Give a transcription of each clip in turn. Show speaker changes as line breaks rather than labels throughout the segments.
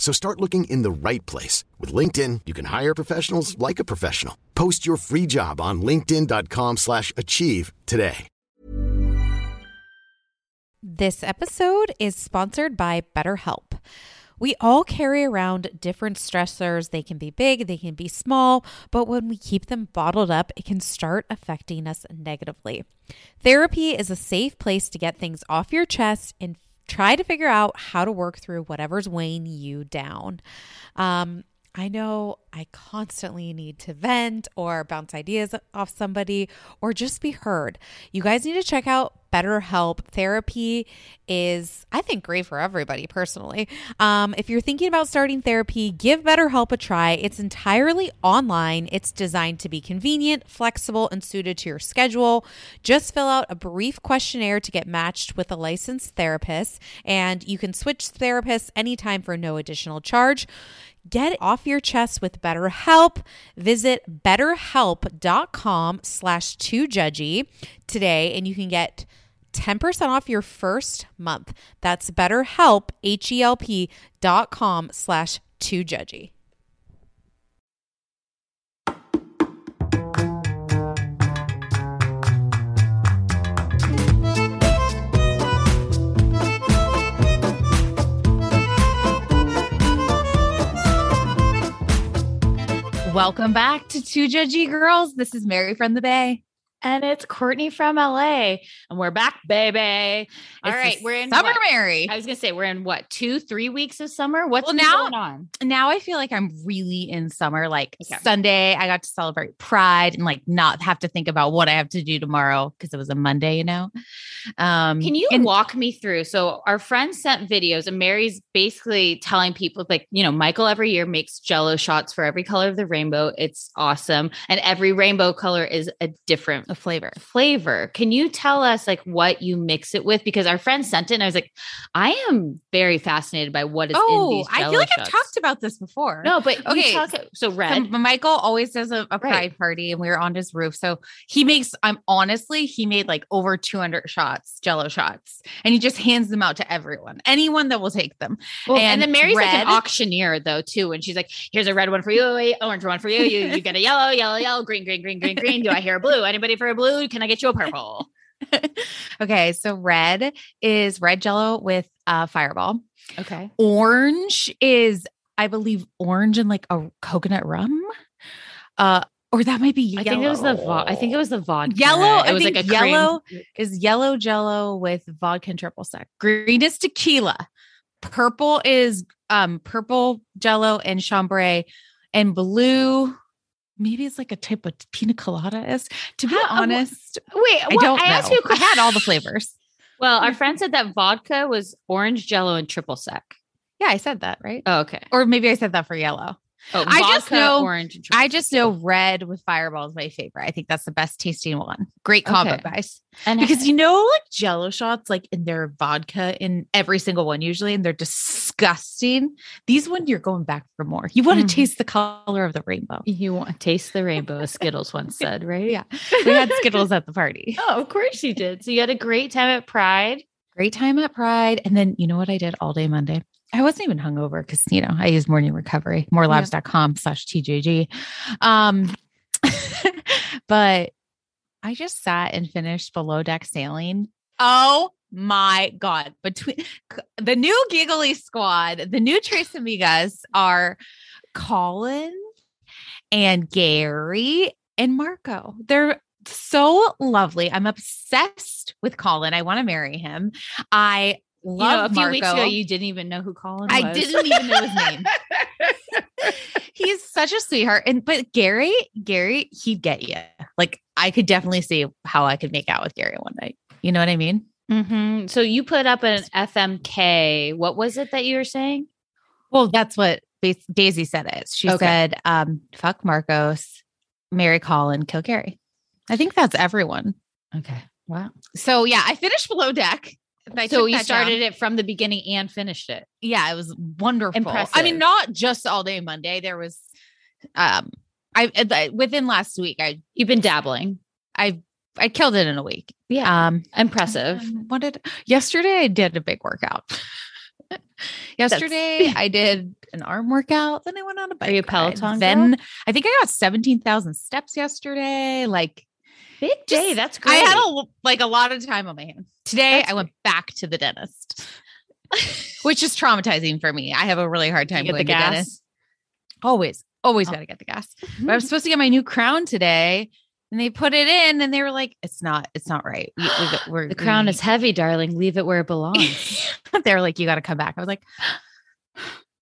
So start looking in the right place. With LinkedIn, you can hire professionals like a professional. Post your free job on linkedin.com slash achieve today.
This episode is sponsored by BetterHelp. We all carry around different stressors. They can be big, they can be small, but when we keep them bottled up, it can start affecting us negatively. Therapy is a safe place to get things off your chest and try to figure out how to work through whatever's weighing you down. Um, I know I constantly need to vent or bounce ideas off somebody or just be heard. You guys need to check out BetterHelp. Therapy is, I think, great for everybody personally. Um, if you're thinking about starting therapy, give BetterHelp a try. It's entirely online, it's designed to be convenient, flexible, and suited to your schedule. Just fill out a brief questionnaire to get matched with a licensed therapist, and you can switch therapists anytime for no additional charge. Get it off your chest with BetterHelp. Visit betterhelp.com slash 2judgy today and you can get 10% off your first month. That's betterhelp, H-E-L-P dot com slash 2judgy. Welcome back to Two Judgy Girls. This is Mary from the Bay.
And it's Courtney from LA. And we're back, baby. All
It's
right,
the
We're in
summer,
what?
Mary.
I was gonna say we're in what two, three weeks of summer? What's
Well,
been
now-
going on?
now I feel like I'm really in summer. Like
Okay.
Sunday, I got to celebrate Pride and like not have to think about what I have to do tomorrow because it was a Monday, you know. Um,
Can you
and-
walk me through? So our friends sent videos, and Mary's basically telling people, like, you know, Michael every year makes jello shots for every color of the rainbow. It's awesome. And every rainbow color is a different
a flavor?
flavor. Can you tell us like what you mix it with? Because our friend sent it and I was like, I am very fascinated by what is in
Oh,
these.
I
Jell-O
feel like I've
shots.
talked about this before.
No, but
Okay,
okay. so red.
Um, Michael always does a, a pride
Right.
party, and we were on his roof. So he makes. I'm honestly, he made like over 200 shots, Jello shots, and he just hands them out to everyone, anyone that will take them.
Well, and,
and
then Mary's like
red.
an auctioneer though too, and she's like, "Here's a red one for you, a orange one for you. You, you get a yellow, yellow, yellow, green, green, green, green, green. Do I hear a blue? Anybody for a blue? Can I get you a purple?
okay, so red is red Jello with uh, Fireball.
Okay,
orange is i believe orange and like a coconut rum uh or that might be yellow
I think it was the vo- I think it was the vodka.
Yellow,
It
I
was
think
like a
yellow
cream.
is yellow jello with vodka and triple sec green is tequila purple is um purple jello and chambray and blue maybe it's like a type of pina colada is to be
How- uh, wh-
honest
Wait,
i
what?
don't
I
know.
asked you a
i
question.
had all the flavors
Well, our friend said that vodka was orange, jello, and triple sec.
yeah i said that right
Oh, okay.
or maybe i said that for yellow
Oh,
I just
vodka,
know-
orange. And triple
I just know red with fireball is my favorite. I think that's the best tasting one. Great combo,
Okay.
guys.
sec. and
Because you know, like jello shots, like in their vodka in every single one, usually, and they're disgusting. These one you're going back for more. You want to
Mhm.
taste the color of the rainbow.
you want to taste the rainbow, as Skittles once said, right?
Yeah. We had Skittles at the party.
Oh, of course you did. So you had a great time at Pride.
Great time at Pride. And then you know what I did all day Monday? I wasn't even hungover because you know I use morning recovery, morelabs.com slash TJG. Um but I just sat and finished below deck sailing. Oh my god. Between the new giggly squad, the new Trace Amigas are Colin
and Gary and Marco. They're so lovely. I'm obsessed with Colin. I want to marry him. I
You know, a
love
few
Marco.
weeks ago, you didn't even know who Colin was.
I didn't even know his name. he is such a sweetheart. And but Gary, Gary, he'd get you. Like I could definitely see how I could make out with Gary one night. You know what I mean?
hmm So you put up an FMK. What was it that you were saying?
Well, that's what Bas- Daisy said. Is she
Okay.
said, um, "Fuck Marcos, marry Colin, kill Gary." I think that's everyone.
Okay. Wow.
So yeah, I finished below deck. I
so
took
you
that down.
started it from the beginning and finished it.
yeah, it was wonderful. I
Impressive.
mean, not just all day Monday. There was, um, I, I within last week, I
You've been dabbling.
I killed it in a week.
Yeah.
Um,
Impressive.
um, What did yesterday? I did a big workout. yesterday, I did an arm workout. Then I went on a bike.
you a
ride.
Peloton
Then I think I got seventeen thousand steps yesterday. Like
Big
Just-
day. That's
I
great.
had a, like a lot of time on my hands. Today,
That's
I went back to the dentist, which is traumatizing for me. I have a really hard time
You get
going
the
to
gas.
dentist. Always, always
Oh.
got to get the gas. But I was supposed to get my new crown today, and they put it in, and they were like, "It's not, it's not right. We, we, got- we're,
The crown
we-
is heavy, darling. Leave it where it belongs.
they were like, "You got to come back." I was like,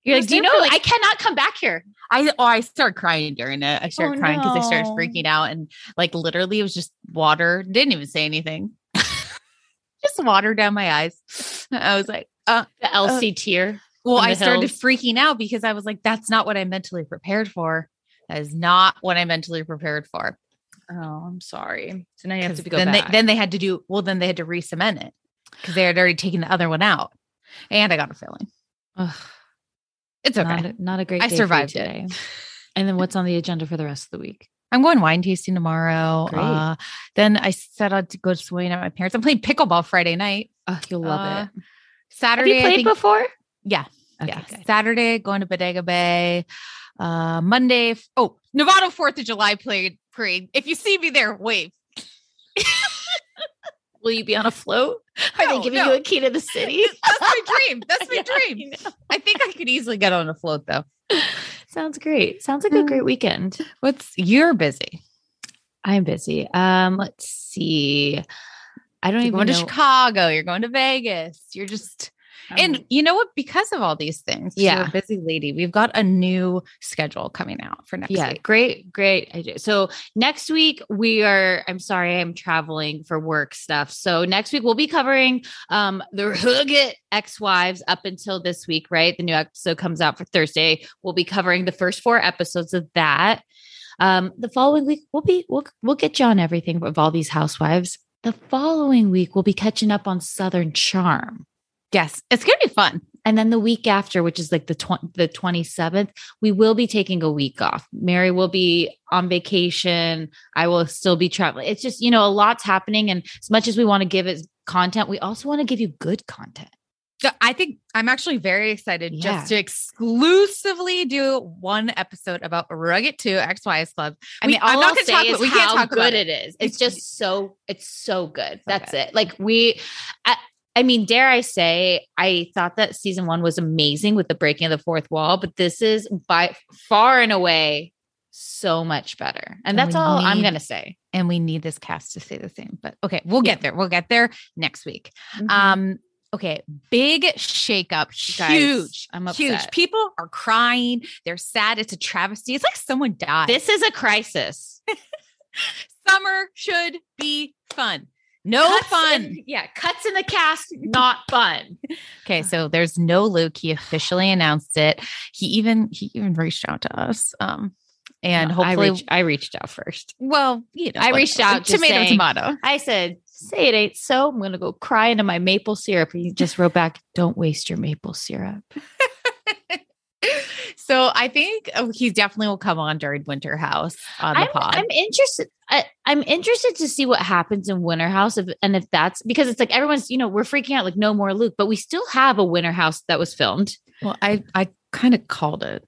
You're
I
like,
was
do you
there
know?
for, like-
I cannot come back here.
"I oh, I started crying during it. I started
Oh,
crying because I started
no.
freaking out, and like literally, it was just water. Didn't even say anything, just water down my eyes. I was like, "Uh,
The LC tier.
Well,
in
I
the
started
hills.
freaking out because I was like, that's not what I mentally prepared for. That is not what I mentally prepared for.
Oh, I'm sorry. So now you
'Cause then They, then they had to do, well, then they had to re cement it because they had already taken the other one out. And I got a filling. It's okay.
not, a, not a great.
I
day for you
survived it.
today. And then what's on the agenda for the rest of the week?
I'm going wine tasting tomorrow.
Great.
Uh, then I set out to go swing at my parents. I'm playing pickleball Friday night.
Oh, you'll love
Uh,
it. Have
Saturday,
you
I
played
think-
before?
Yeah.
Okay,
yeah.
good.
Saturday, going to Bodega Bay. Uh, Monday, f- oh, Nevada 4th of July parade. parade. If you see me there, wave.
Will you be on a float? Are
No,
they giving
no.
you a key to the city?
That's my dream. That's my
Yeah,
dream. I think I could easily get on a float though.
Sounds great. Sounds like a
Mm.
great weekend.
What's you're busy?
I'm busy. Um, let's see. I don't
You're
even
going to
know.
Chicago. You're going to Vegas. You're just and you know what? Because of all these things, 'cause you're
Yeah.
a busy lady. We've got a new schedule coming out for next
yeah,
week.
great, great idea. So next week we are. I'm sorry, I'm traveling for work stuff. So next week we'll be covering um the Hugget ex-wives up until this week, right? The new episode comes out for Thursday. We'll be covering the first four episodes of that. Um, the following week we'll be we'll we'll get you on everything of all these housewives. The following week we'll be catching up on Southern Charm.
Yes, it's gonna be fun.
And then the week after, which is like the tw- the 27th, we will be taking a week off. Mary will be on vacation. I will still be traveling. It's just, you know, a lot's happening. And as much as we want to give it content, we also want to give you good content.
So I think I'm actually very excited
Yeah.
just to exclusively do one episode about Rugged Two X Wives Club.
I
We-
mean, all I'm not going
gonna
to talk, but we can't talk good it is. It's just so, it's so good. That's
good.
it. Like we, I, I mean, dare I say, I thought that season one was amazing with the breaking of the fourth wall, but this is by far and away so much better. And
And
that's
we
all I'm
need-
going to say.
and we need this cast to stay the same. But okay, we'll
Yeah.
get there. We'll get there next week.
Mm-hmm.
Um, okay, big shakeup,
Guys,
huge.
I'm upset.
Huge. People are crying. They're sad. It's a travesty. It's like someone died.
This is a crisis.
summer should be fun. No
Cuts
fun.
in- yeah, cuts in the cast, not fun.
Okay, so there's no Luke. He officially announced it. He even he even reached out to us. Um, and hopefully,
I, reach- I reached out first.
well, you know,
I reached
whatever.
out just
Tomato,
saying-
tomato.
I said, "Say it ain't so." I'm gonna go cry into my maple syrup. And he just wrote back, "Don't waste your maple syrup."
So I think uh, he definitely will come on during Winter House on the
I'm,
pod.
I'm interested. I, I'm interested to see what happens in Winter House, if, and if that's because it's like everyone's, you know, we're freaking out, like no more Luke, but we still have a Winter House that was filmed.
Well, I I kind of called it.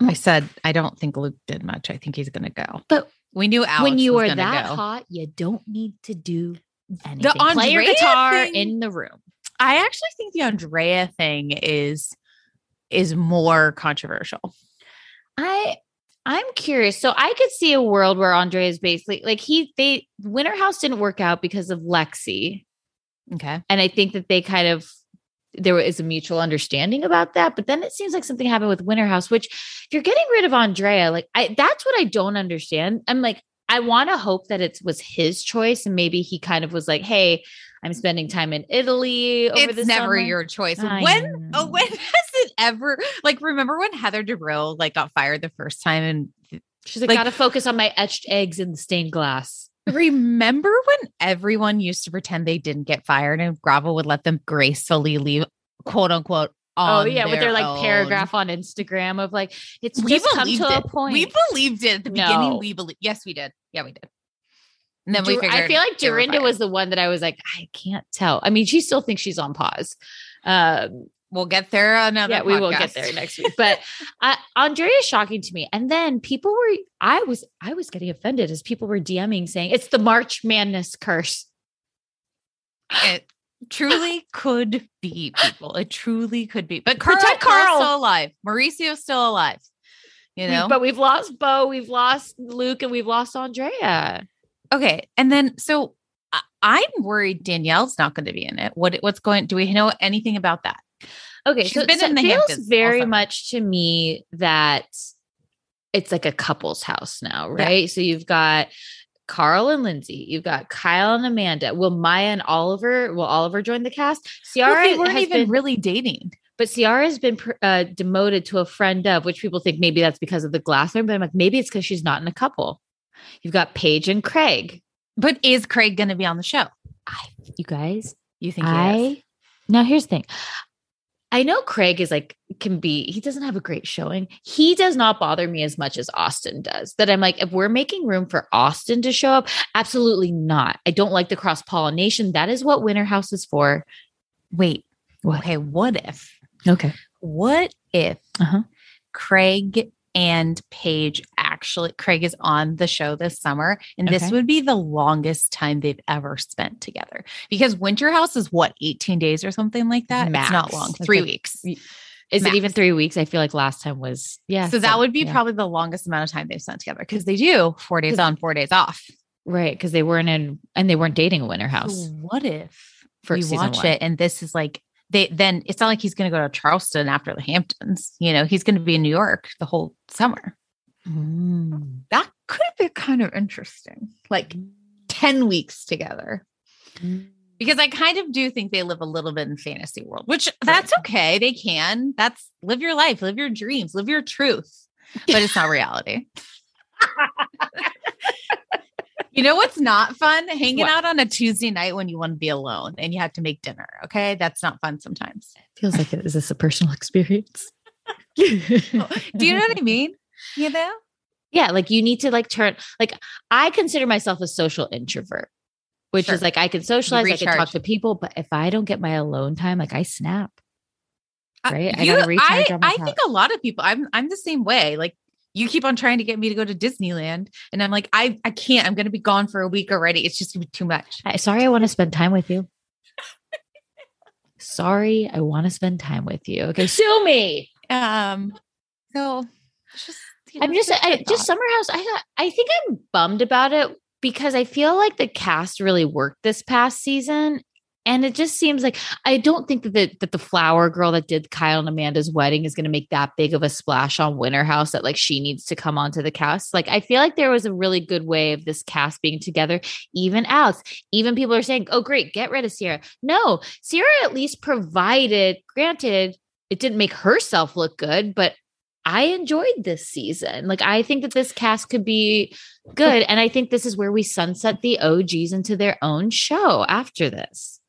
I
Mm.
said I don't think Luke did much. I think he's going to go.
But
we knew Alex
when you
was
are
gonna
that
go.
hot, you don't need to do anything. Play your
Andrea
guitar
thing-
in the room.
I actually think the Andrea thing is is more controversial.
I I'm curious. So I could see a world where Andre is basically like he they Winter House didn't work out because of Lexi.
Okay.
And I think that they kind of there is a mutual understanding about that. But then it seems like something happened with Winter House, which if you're getting rid of Andrea, like I that's what I don't understand. I'm like, I want to hope that it was his choice and maybe he kind of was like, Hey, I'm spending time in Italy over
it's
the
never
summer.
your choice.
I
when
know.
oh, when has it ever like remember when Heather DeBrill like got fired the first time and
she's like,
like-
gotta focus on my etched eggs in the stained glass.
Remember when everyone used to pretend they didn't get fired and Gravel would let them gracefully leave, quote unquote.
Oh
On
yeah, with their like
own.
paragraph on Instagram of like it's
We
just come
believed
to
it.
a point.
We believed it at the
No.
beginning. We believe. Yes, we did. Yeah, we did. And then we
Dur-
figured.
I feel like
they were
Dorinda
fired.
was the one that I was like, I can't tell. I mean, she still thinks she's on pause. Um,
We'll get there another.
yeah, we will get
podcast.
there next week. But uh, Andrea is shocking to me. And then people were, I was, I was getting offended as people were DMing saying it's the March Madness curse.
it truly could be people. It truly could be. But Carl,
Protect Carl.
Carl's still alive. Mauricio's still alive. You
We-
know.
but we've lost Bo, we've lost Luke, and we've lost Andrea.
okay, and then so I, I'm worried Danielle's not going to be in it. What what's going? Do we know anything about that?
Okay,
She's
so,
been
so
in the
it feels
Hamptons all
very
summer.
much to me that it's like a couple's house now, right? So you've got Carl and Lindsay, you've got Kyle and Amanda. Will Maya and Oliver? Will Oliver join the cast?
Well,
Ciara
they weren't
has
even
been,
really dating.
but Ciara has been pr- uh, demoted to a friend of, which people think maybe that's because of the glass room. But I'm like, maybe it's because she's not in a couple. You've got Paige and Craig.
But is Craig going to be on the show?
You guys,
You think?
I
he is?
now here's the thing. I know Craig is like can be he doesn't have a great showing. He does not bother me as much as Austin does. That I'm like if we're making room for Austin to show up, absolutely not. I don't like the cross pollination. That is what Winter House is for.
Wait.
What?
Okay. What if?
Okay.
What if
Uh-huh.
Craig and Paige actually Craig is on the show this summer, and this
Okay.
would be the longest time they've ever spent together because Winter House is what eighteen days or something like that. It's not
Max.
long,
That's
three
like-
weeks.
Is it
Max.
even three weeks? I feel like last time was yeah.
so that
some-
would be
yeah.
probably the longest amount of time they've spent together because they do four days
'Cause-
on, four days off.
right because they weren't in and they weren't dating a Winter
So
House
what if
for
you
season
watch
one.
it and this is like they then it's not like he's going to go to Charleston after the Hamptons. You know, he's going to be in New York the whole summer.
Mm.
that could be kind of interesting. Like 10 weeks together. Because I kind of do think they live a little bit in fantasy world, which that's okay. They can. That's live your life, live your dreams, live your truth. But it's not reality. you know what's not fun? Hanging
What?
out on a Tuesday night when you want to be alone and you have to make dinner. Okay. That's not fun sometimes.
Feels like it is this a personal experience?
Do you know what I mean? You know?
Yeah, like you need to like turn like I consider myself a social introvert, which
Sure.
is like I can socialize, I can talk
recharge.
to people, but if I don't get my alone time, like I snap.
Uh,
Right? I gotta recharge
I,
on my
I think a lot of people. I'm I'm the same way. Like you keep on trying to get me to go to Disneyland, and I'm like, I I can't. I'm going to be gone for a week already. It's just gonna be too much.
I, sorry, I want to spend time with you. sorry, I want to spend time with you. Okay, sue me.
Um, so it's just you
I'm
know,
just
a
I, just
thought.
summer house. I got- I think I'm bummed about it because I feel like the cast really worked this past season. And it just seems like I don't think that the, that the flower girl that did Kyle and Amanda's wedding is going to make that big of a splash on Winter House that like she needs to come onto the cast. Like I feel like there was a really good way of this cast being together. Even Alex, even people are saying, "Oh, great, get rid of Sierra." No, Sierra at least provided. Granted, it didn't make herself look good, but I enjoyed this season. Like I think that this cast could be good and I think this is where we sunset the OGs into their own show after this.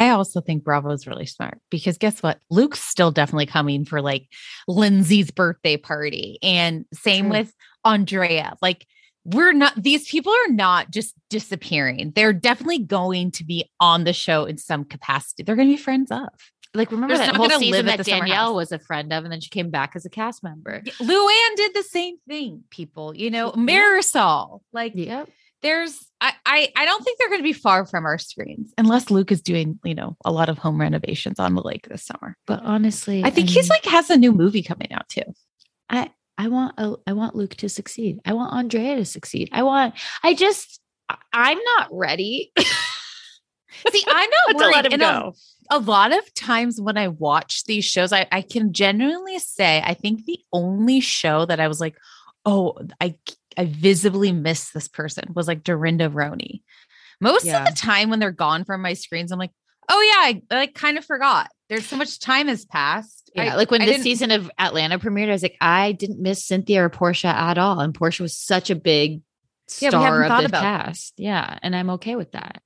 I also think Bravo is really smart because guess what? Luke's still definitely coming for like Lindsay's birthday party, and same
True.
with Andrea. Like we're not; these people are not just disappearing. They're definitely going to be on the show in some capacity. They're going to be friends of.
Like remember
They're
that
not
whole
gonna
season
live at
that
the summer
Danielle
house.
was a friend of and then she came back as a cast member.
Yeah, Luann did the same thing, people. You know, Marisol. Like
Yep.
there's I, I I don't think they're gonna be far from our screens unless Luke is doing, you know, a lot of home renovations on the lake this summer.
But honestly, um,
I think he's
mean,
like has a new movie coming out too.
I want
uh,
a, I want Luke to succeed. I want Andrea to succeed. I want I just
I- I'm not ready. See, I'm not
to
worried.
let him
and I'm-
go.
a lot of times when I watch these shows, I, I can genuinely say I think the only show that I was like, oh, I I visibly miss this person was like Dorinda Roney. Most
Yeah.
of the time when they're gone from my screens, I'm like, oh yeah, I, I like kind of forgot. There's so much time has passed.
Yeah,
I-
like when
I
this
didn't-
season of Atlanta premiered, I was like, I didn't miss Cynthia or Portia at all, and Portia was such a big
Yeah, we
star
haven't
of
thought
the
about that.
cast. Yeah, and I'm okay with that.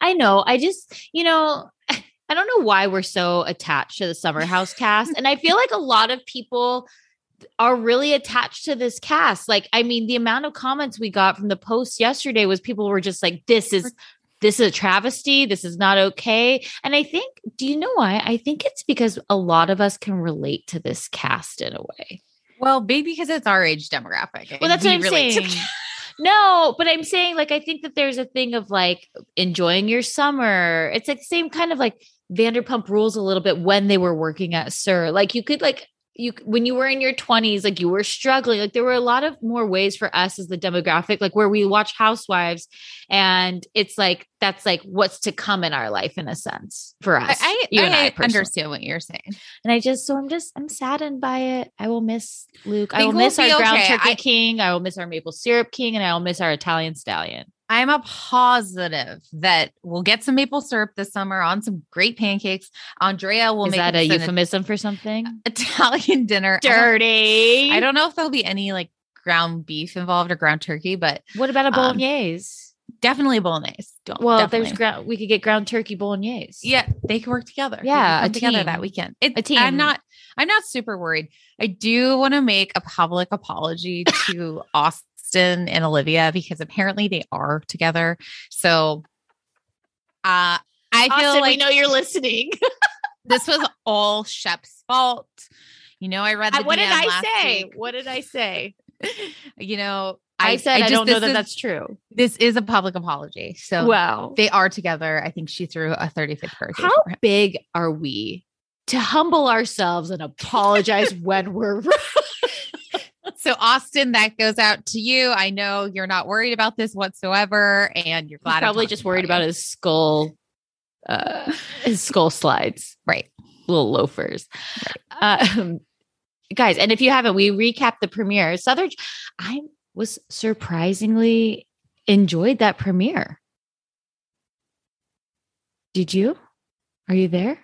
I know. I just, you know, I don't know why we're so attached to the Summer House cast, and I feel like a lot of people are really attached to this cast. Like, I mean, the amount of comments we got from the post yesterday was people were just like, this is this is a travesty. This is not okay. And I think, do you know why? I think it's because a lot of us can relate to this cast in a way.
well, maybe because it's our age demographic.
Well, that's
We
what I'm
relate to-
saying. No, but I'm saying, like, I think that there's a thing of like enjoying your summer. It's like same kind of like Vanderpump rules a little bit when they were working at Sir. Like, you could, like, you when you were in your 20s like you were struggling like there were a lot of more ways for us as the demographic like where we watch housewives and it's like that's like what's to come in our life in a sense for
I,
us
I,
you and
I
I personally.
understand what you're saying.
And I just so I'm just I'm saddened by it. I will miss Luke. I
Think
will miss
we'll be
our ground
okay.
turkey
I-
king. I will miss our maple syrup king, and I will miss our Italian stallion.
I'm a positive that we'll get some maple syrup this summer on some great pancakes. Andrea will
Is
make
that a
us an
euphemism for something?
Italian dinner. I don't- I
Dirty.
don't, know if there'll be any like ground beef involved or ground turkey, but
What about a
Um,
bolognese?
definitely bolognese. Don't
well, if
definitely.
there's ground. We could get ground turkey bolognese.
yeah, they can work together. They
Yeah,
can
a
come together that
team.
weekend. It,
A team.
I'm not. I'm not super worried. I do want to make a public apology to Austin and Olivia because apparently they are together. So, uh, I feel
Austin,
like
we know you're listening.
this was all Shep's fault. You know, I read the
what did
DM
I
last
say?
week.
What did I say?
You know,
I, said I,
just-
don't know
this
that
is-
that's true.
this is a public apology. So
wow.
they are together. I think she threw a 35th birthday.
How
for him.
big are we to humble ourselves and apologize when we're wrong?
So Austin, that goes out to you. I know you're not worried about this whatsoever, and you're glad.
He's
I'm
probably
talking
just worried
you.
about his skull, uh, his skull slides,
Right.
Little loafers, um, guys. And if you haven't, we recap the premiere. Southern, I was surprisingly enjoyed that premiere. Did you? Are you there?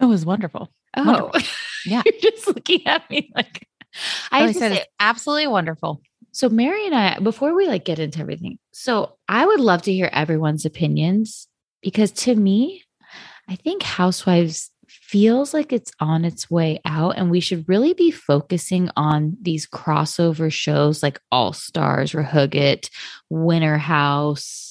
It was wonderful.
Oh,
Wonderful. Yeah.
You're just looking at me like I
I,
have to
said
say-
it's absolutely wonderful.
so Mary and I, before we like get into everything, so I would love to hear everyone's opinions because to me, I think Housewives feels like it's on its way out and we should really be focusing on these crossover shows like All Stars, Rehoget, Winter House.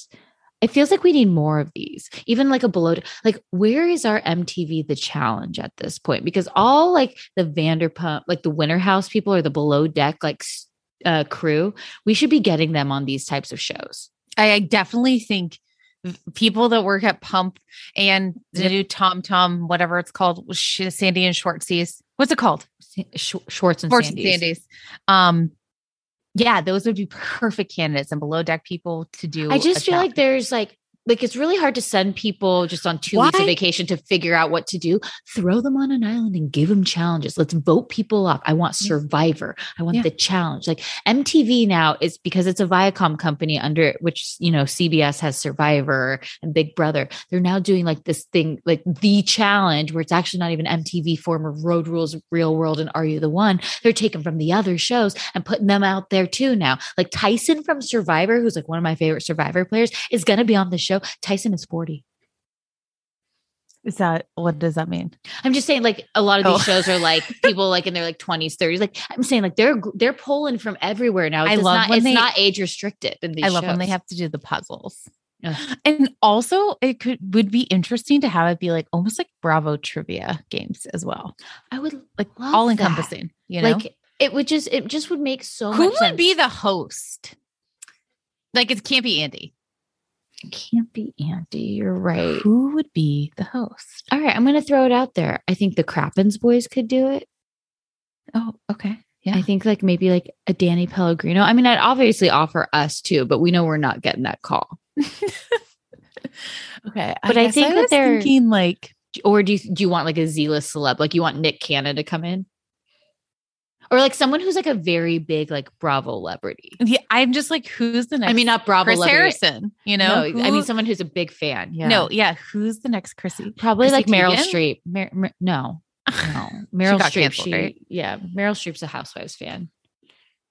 It feels like we need more of these, even like a below. Like, where is our MTV The Challenge at this point? Because all like the Vanderpump, like the Winter House people or the below deck, like s- uh, crew, we should be getting them on these types of shows.
I, I definitely think v- people that work at Pump and the new Tom Tom, whatever it's called, Sh- Sandy and Schwartzies. What's it called?
Sh- Schwartz and
Sports
Sandy's.
and Sandies. Um, yeah, those would be perfect candidates and below deck people to do.
I just
a
feel like
challenge.
there's like like it's really hard to send people just on two weeks of
Why?
vacation to figure out what to do. Throw them on an island and give them challenges. Let's vote people up. I want
Yes.
Survivor. I want
Yeah.
the challenge. Like MTV now is because it's a Viacom company under which you know CBS has Survivor and Big Brother. They're now doing like this thing like the challenge where it's actually not even MTV former Road Rules, Real World, and Are You the One they're taken from the other shows and putting them out there too now. Like Tyson from Survivor, who's like one of my favorite Survivor players, is going to be on the show. Tyson is 40.
is that what does that mean?
I'm just saying, like, a lot of these
Oh.
shows are like people like in their like 20s, 30s. Like, I'm saying, like, they're they're pulling from everywhere now. It's
I
just
love
not,
when
it's
they-
not age restricted in these
I love when they
shows.
have to do the puzzles.
Ugh.
And also it could would be interesting to have it be like almost like Bravo trivia games as well.
I would
Like
Love
all
that.
encompassing, you know.
like it would just it just would make so
Who
much
would
sense.
be the host? Like it can't be Andy.
It can't be Andy. You're right.
Who would be the host?
All right, I'm going to throw it out there. I think the Crappens boys could do it.
Oh, okay. Yeah.
I think like maybe like a Danny Pellegrino. I mean, I'd obviously offer us too, but we know we're not getting that call.
Okay.
But I
guess
think that
was
they're-
thinking like
Or do you do you want like a Z list celeb? Like you want Nick Cannon to come in? Or like someone who's like a very big like Bravo celebrity.
yeah, I'm just like, who's the next
I mean, not Bravo
Chris
celebrity.
Harrison? You know?
no, I
Who-
mean someone who's a big fan. Yeah.
No, yeah. Who's the next Chrissy?
probably
Chrissy
like Meryl
Teigen?
Streep. Mer- Mer- no, no, Meryl
got
Streep.
canceled,
she,
right?
yeah, Meryl Streep's a Housewives fan.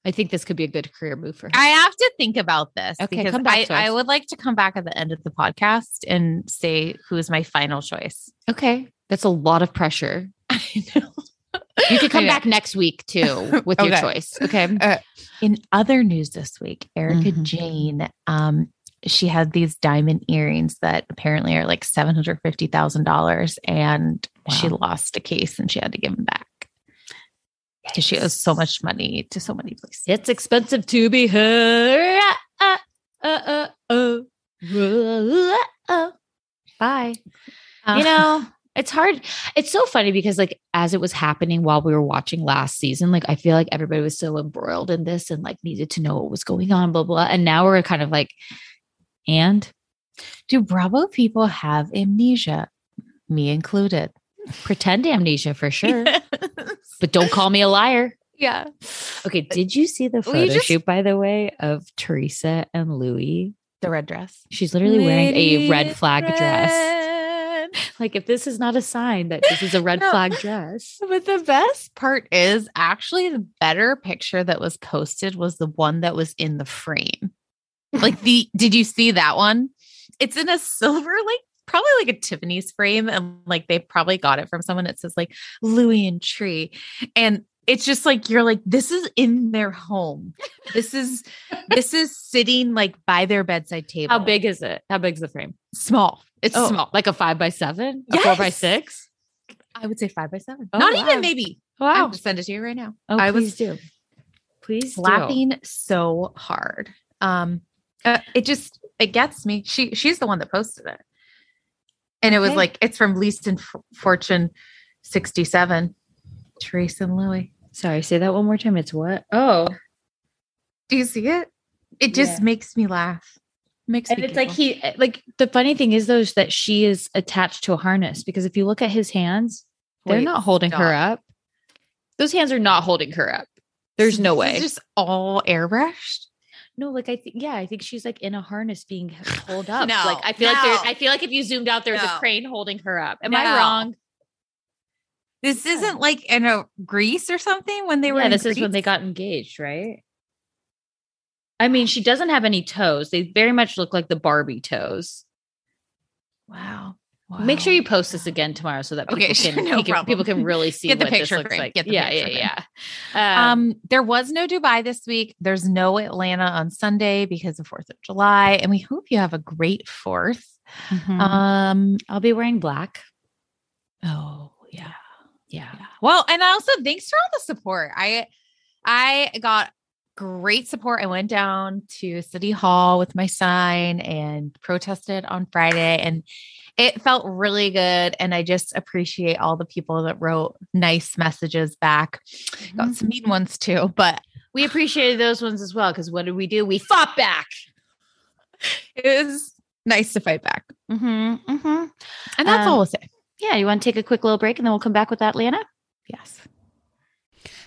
I think this could be a good career move for her.
I have to think about this
Okay,
because
come back
I,
to us.
I would like to come back at the end of the podcast and say who is my final choice.
okay, that's a lot of pressure.
I know.
You could come
I know.
back next week too with your
Okay.
choice. Okay.
In other news this week, Erica
Mhm.
Jane, um, she had these diamond earrings that apparently are like seven hundred fifty thousand dollars, and she
Wow.
lost a case and she had to give them back because she owes so much money to so many places.
It's expensive to be her. Uh, uh, uh, uh, uh, uh. Bye. Um, you know it's hard it's so funny because like as it was happening while we were watching last season like i feel like everybody was so embroiled in this and like needed to know what was going on blah blah and now we're kind of like and
do Bravo people have amnesia? Me included.
pretend amnesia for sure but don't call me a liar
yeah.
okay did you see the photo
We just-
shoot by the way of teresa and louis
The red dress.
she's literally wearing a red flag dress
dress.
like if this is not a sign that this is a red
No.
flag dress
But the best part is actually the better picture that was posted was the one that was in the frame. Like the did you see that one? It's in a silver like probably like a Tiffany's frame and like they probably got it from someone that says like Louis and Tree and it's just like you're like this is in their home. This is this is sitting like by their bedside table.
how big is it how big's the frame
Small. It's
Oh,
small.
like a five by seven, a four by
Yes.
six.
I would say five by seven.
Oh,
Not
wow.
even maybe. I'll
Wow!
send it to you right now.
Oh,
I
please
was-
do. Please do.
laughing so hard. Um, uh, it just it gets me. She she's the one that posted it, and it was
Okay.
like it's from Least in F- Fortune sixty seven. Teresa and Louis,
Sorry, say that one more time. It's what? Oh,
do you see it? It just
Yeah.
makes me laugh. Makes
and
me
it's like
giggle.
he, eh, like the funny thing is though is that she is attached to a harness because if you look at his hands, they're
Wait,
not holding her
stop.
up. Those hands are not holding her up. There's
So
no
this
way.
is just all airbrushed.
no, like I think, yeah, I think she's like in a harness being pulled up.
No,
like I feel like
no.
there, I feel like if you zoomed out, there's
No.
a crane holding her up. Am
No.
I wrong?
This
Yeah.
isn't like in a Greece or something when they were.
yeah,
in
this is
Greece?
when they got engaged, right? I mean, she doesn't have any toes. They very much look like the Barbie toes.
Wow.
Make sure you post this again tomorrow so that people
Okay, sure,
can,
no
we can
problem.
people can really see
Get the
what this
picture
looks
frame.
like.
Get the
yeah,
picture
yeah, yeah. Um,
Um, there was no Dubai this week. There's no Atlanta on Sunday because of Fourth of July, and we hope you have a great Fourth.
Mm-hmm.
um,
Um,
I'll be wearing black.
Oh yeah.
Yeah.
Well, and also thanks for all the support. I I got great support. I went down to City Hall with my sign and protested on Friday and it felt really good and I just appreciate all the people that wrote nice messages back. Got some mean ones too, but
We appreciated those ones as well because what did we do? We fought back.
it was nice to fight back.
Mm-hmm, mm-hmm.
And that's all we'll say.
Yeah, you want to take a quick little break and then we'll come back with Atlanta?
Yes.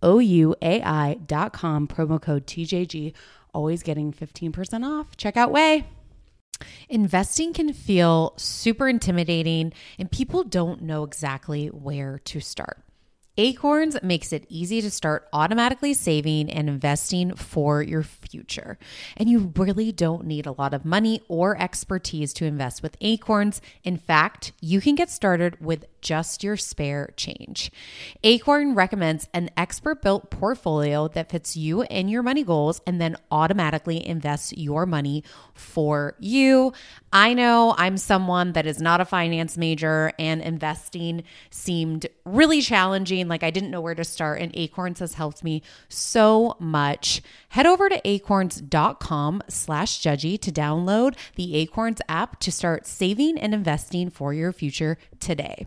O U A I dot com, promo code TJG. Always getting 15% off. Check out Way.
Investing can feel super intimidating, and people don't know exactly where to start. Acorns makes it easy to start automatically saving and investing for your future. And you really don't need a lot of money or expertise to invest with Acorns. In fact, you can get started with just your spare change. Acorn recommends an expert built portfolio that fits you and your money goals and then automatically invests your money for you. I know I'm someone that is not a finance major and investing seemed really challenging. Like I didn't know where to start, and Acorns has helped me so much. Head over to acorns.com slash judgy to download the Acorns app to start saving and investing for your future today.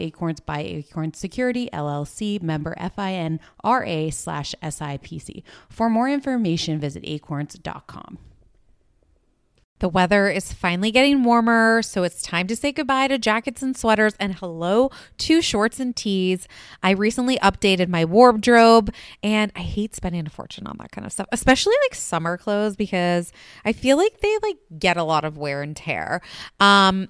Acorns by Acorns Security LLC, member FINRA slash SIPC. For more information, visit acorns.com. The weather is finally getting warmer, so it's time to say goodbye to jackets and sweaters and hello to shorts and tees. I recently updated my wardrobe and I hate spending a fortune on that kind of stuff, especially like summer clothes because I feel like they like get a lot of wear and tear. Um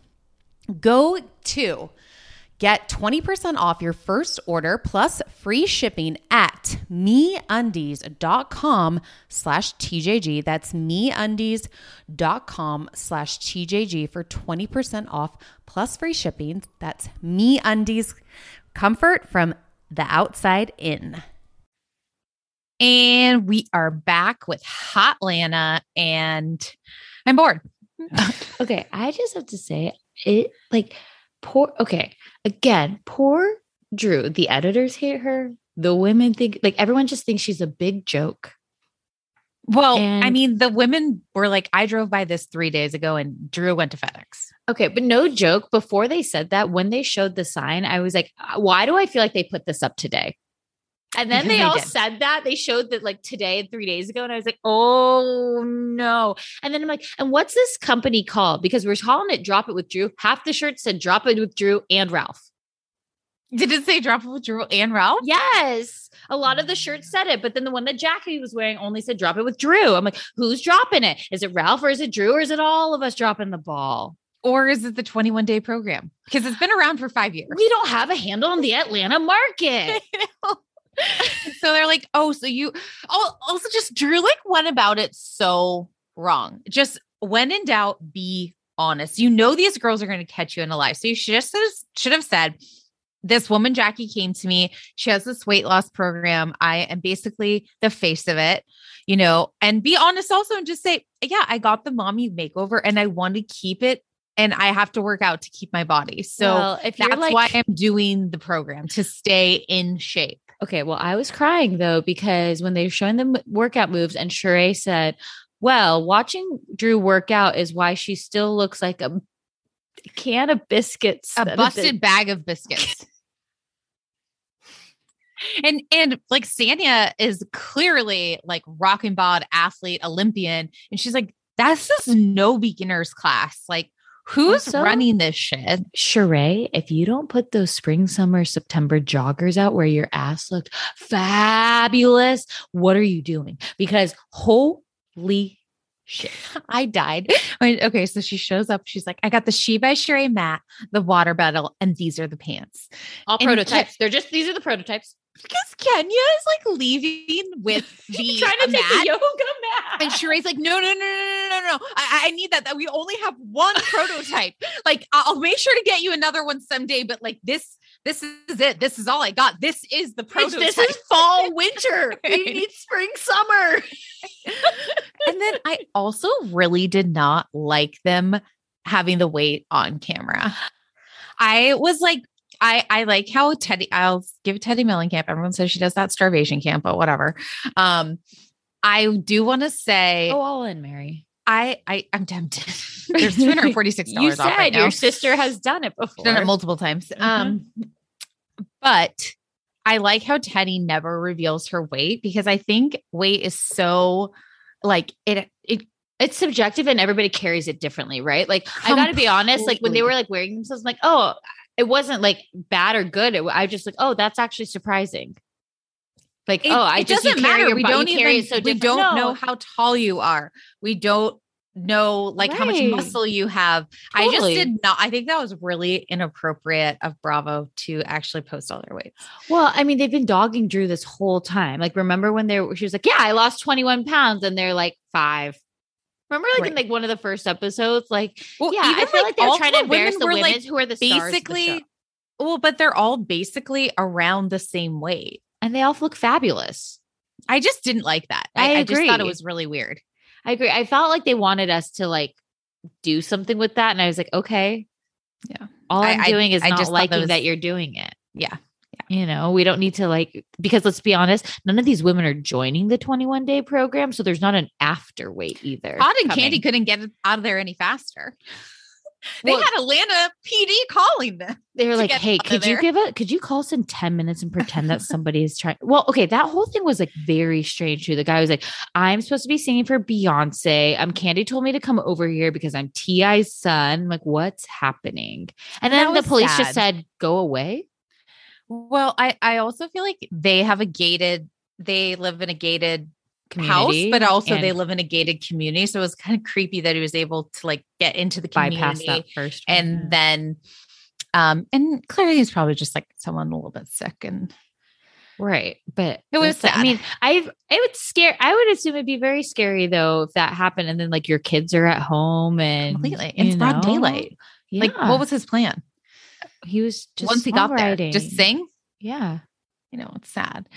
go to get 20% off your first order plus free shipping at meundies.com slash tjg that's meundies.com slash tjg for 20% off plus free shipping that's meundies comfort from the outside in
And we are back with Hot Lana, and I'm bored.
Okay, I just have to say it like poor okay, again, poor Drew. The editors hate her. The women think like everyone just thinks she's a big joke.
Well, I
And-
mean, the women were like, I drove by this three days ago, and Drew went to FedEx.
Okay, but no joke, before they said that, when they showed the sign, I was like, "Uh, why do I feel like they put this up today? And then
Because
they,
they
all
did.
said that they showed that like today and three days ago. And I was like, oh no. And then I'm like, and what's this company called? Because we're calling it Drop It With Drew. Half the shirt said Drop It With Drew and Ralph.
Did it say drop with Drew and Ralph?
Yes. A lot of the shirts said it, but then the one that Jackie was wearing only said drop it with Drew. I'm like, who's dropping it? Is it Ralph or is it Drew or is it all of us dropping the ball?
Or is it the 21 day program? Because it's been around for five years.
We don't have a handle on the Atlanta market.
so they're like, oh, so you oh, also just Drew like went about it so wrong. Just when in doubt, be honest. You know these girls are going to catch you in a lie. So you should just should have said, this woman Jackie came to me. She has this weight loss program. I am basically the face of it, you know. And be honest also, and just say, yeah, I got the mommy makeover, and I want to keep it, and I have to work out to keep my body. So.
Well, if
that's why I'm doing the program to stay in shape.
Okay, well, I was crying though because when they were showing the m- workout moves, and Sheree said, "Well, watching Drew work out is why she still looks like a can of biscuits, that
a
have
busted
been-
bag of biscuits. and and like Sanya is clearly like rock and bod athlete Olympian, and she's like, that's just no beginners class. Like, who's
Also-
running this shit?
Sheree, if you don't put those spring, summer, September joggers out where your ass looked fabulous, what are you doing? Because holy shit.
I died. When- Okay, so she shows up. She's like, I got the She by Sheree mat, the water bottle, and these are the pants.
All
And-
prototypes. They're just these are the prototypes.
Because Kenya is like leaving with the
Trying to take
mat.
a yoga
And
mat.
Sheree's like, no, no, no, no, no, no, no. I, I need that. That we only have one prototype. Like, I- I'll make sure to get you another one someday. But like this, this is it. This is all I got. This is the
Bitch,
prototype.
this is fall, winter. We
Right.
need spring, summer.
and then I also really did not like them having the weight on camera. I was like, I I like how Teddy. I'll give Teddy Mellencamp. Everyone says she does that starvation camp, but whatever. Um, I do want to say
Go all in, "Oh, Mary.
I, I I'm tempted. There's 246
You
dollars
said
off right now.
your sister has done it before.
done it multiple times. Um, but I like how Teddy never reveals her weight because I think weight is so like it it
it's subjective and everybody carries it differently, right? Like I gotta be honest, like when they were like wearing themselves, I'm like, oh, it wasn't like bad or good. It, I just like, oh, that's actually surprising. Like,
It-
oh, I
it
just you
doesn't
carry
matter.
Your,
we
bo- you
don't
carry
even
it so
we
different. No.
don't know how tall you are. We don't know like how much
Right.
muscle you have. I just
Totally.
did not. I think that was really inappropriate of Bravo to actually post all their weights.
Well, I mean, they've been dogging Drew this whole time. Like, remember when they were, she was like, "Yeah, I lost 21 pounds," and they're like five. Remember, like in
Right.
like one of the first episodes, like,
Well,
yeah, I feel like, they're
all
trying
the
to embarrass
women
the
were,
women
like,
who are the stars of the show.
basically well, but they're all basically around the same weight.
and they all look fabulous.
I just didn't like that.
I
I, I, just thought it
agree.
was really weird.
I agree. I felt like they wanted us to like do something with that, and I was like, okay,
Yeah.
All
I-
I'm
I-
doing is
I
not
just thought that
liking that,
was-
you're doing it.
Yeah.
You know, we don't need to like because let's be honest, none of these women are joining the 21 day program, so there's not an after weight either.
Todd and
coming.
Candy couldn't get out of there any faster. they
Well-
had Atlanta PD calling them.
they were
to
like,
get
"Hey,
out of
could you
there.
give a could you call us in 10 minutes and pretend that somebody is trying?" Well, okay, that whole thing was like very strange too. The guy was like, "I'm supposed to be singing for Beyonce. Um Candy told me to come over here because I'm Ti's son." I'm like, "What's happening?" And
That
then the
was
police just
sad.
said, "Go away."
Well, I I also feel like they have a gated. They live in a gated
Community
house, but also they
and-
live in a gated community. So it was kind of creepy that he was able to like get into the community
Bypass that first. one.
and then. Um, and clearly he's probably just like someone a little bit sick and
Right. But
It was
that's- I
sad.
mean, I've it would scare I would assume it'd be very scary though if that happened and then like your kids are at home and
completely.
you
It's broad
know?
daylight.
Yeah.
Like, what was his plan?
he was just
Once he got there, just
songwriting. Mm.
sing.
Yeah.
You know, it's sad.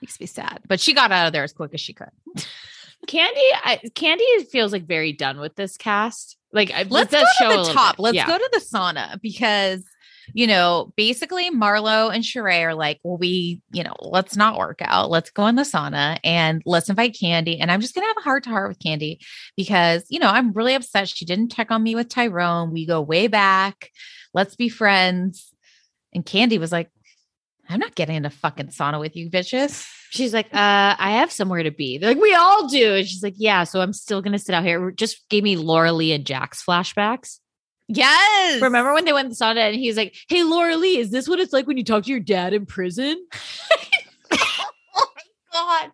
Makes me sad. But she got out of there as quick as she could.
Candy, I, Candy feels like very done with this cast. Like, I,
Let's
this
go
does show a
to the
little
top.
bit.
Let's
Yeah.
go to the sauna because, you know, basically Marlo and Sheree are like, well, we, you know, let's not work out. Let's go in the sauna and let's invite Candy. And I'm just going to have a heart to heart with Candy because, you know, I'm really upset she didn't check on me with Tyrone. We go way back. Let's be friends. And Candy was like, I'm not getting in a fucking sauna with you bitches.
She's like, uh, I have somewhere to be. They're like, we all do. And she's like, yeah. So I'm still gonna sit out here. It Just gave me Laura Lee and Jack's flashbacks.
Yes.
Remember when they went to the sauna and he's like, hey, Laura Lee, is this what it's like when you talk to your dad in prison?
Oh God.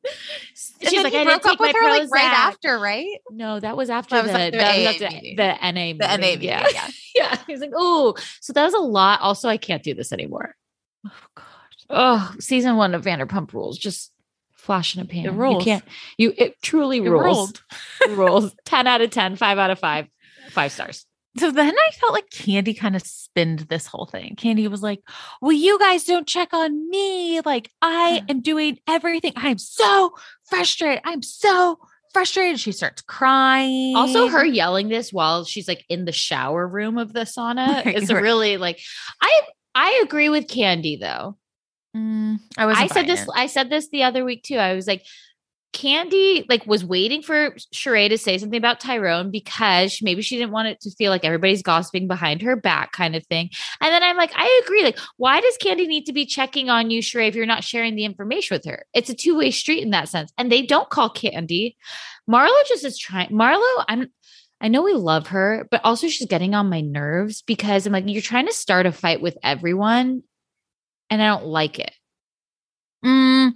She's
She's like,
like,
he
"I didn't
broke up
take my
with her like right
Prozac."
after, right?
No, that was after
That was
the,
after
that was
AA
after
meeting.
the NA
The NA
meeting.
meeting,
Yeah.
yeah.
yeah. He's like, oh, so that was a lot. Also, I can't do this anymore.
Oh God.
Oh, season one of Vanderpump Rules, just flash in a pan.
rules.
You can't. You it truly
It
rules.
ruled.
rules. Ten out of ten. Five out of five. Five stars.
So then I felt like Candy kind of spinned this whole thing. Candy was like, Well, you guys don't check on me. Like, I am doing everything. I'm so frustrated. I'm so frustrated. She starts crying.
Also, her yelling this while she's like in the shower room of the sauna
Right,
is
right.
really like. I I agree with Candy though.
Mm, I was
I said this. I said this the other week too. I was like, Candy like was waiting for Sheree to say something about Tyrone because she, maybe she didn't want it to feel like everybody's gossiping behind her back, kind of thing. And then I'm like, I agree. Like, why does Candy need to be checking on you, Sheree, if you're not sharing the information with her? It's a two way street in that sense. And they don't call Candy. Marlo just is trying. Marlo, I'm. I know we love her, but also she's getting on my nerves because I'm like, you're trying to start a fight with everyone, and I don't like it.
Mm,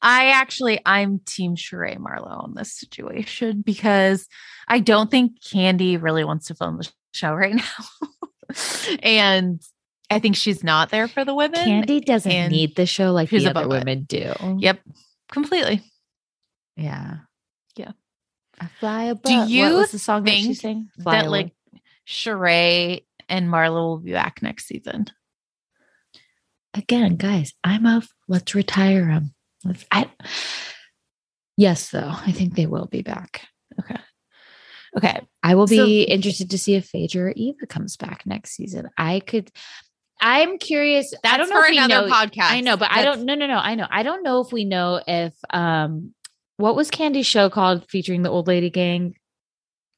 I actually, I'm Team Sheree Marlowe in this situation because I don't think Candy really wants to film the show right now. and I think she's not there for the women.
Candy doesn't
and
need the show like
she's
the other
above it.
women do.
Yep, completely.
Yeah.
Yeah.
I fly above.
Do
what
you
was the song that she
think
sang? Fly
That
Away.
like Sheree and Marlo will be back next season.
again, guys, I'm of let's retire them. Let's I Yes, though. I think they will be back.
Okay.
I will
So-
be interested to see if Phaedra or Eva comes back next season. I could I'm curious. I don't know if we know-
podcast.
I know, but I don't. No, no, no. I know. I don't know if we know if um, what was Candy's show called featuring the old lady gang?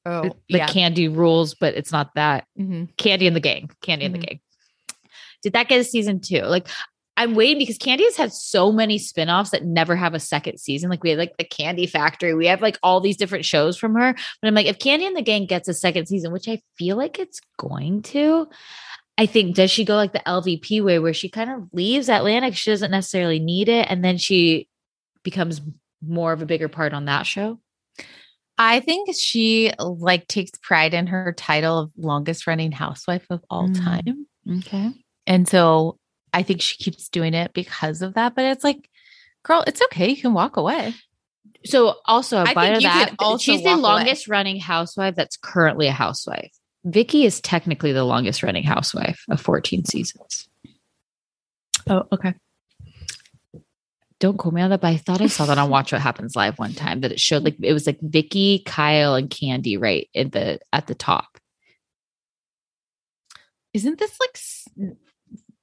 Oh,
the candy rules, but it's not that.
Mhm.
Candy and the gang. Candy and the gang. Did that get a season two? Like I'm waiting because Candy has had so many spin-offs that never have a second season. Like we had like the Candy Factory. We have like all these different shows from her. But I'm like, if Candy and the Gang gets a second season, which I feel like it's going to, I think does she go like the LVP way where she kind of leaves Atlantic? She doesn't necessarily need it, and then she becomes more of a bigger part on that show.
I think she like takes pride in her title of longest running housewife of all
Mm.
time.
Okay.
And so I think she keeps doing it because of that. But it's like, girl, it's okay. You can walk away.
So also
I
a bite
think
of
you
that.
could also
she's the
walk away.
longest running housewife that's currently a housewife. Vicky is technically the longest running housewife of 14 seasons.
Oh, okay.
Don't quote me on that, but I thought I saw that on Watch What Happens Live one time that it showed like it was like Vicky, Kyle, and Candy right in the at the top.
Isn't this like s-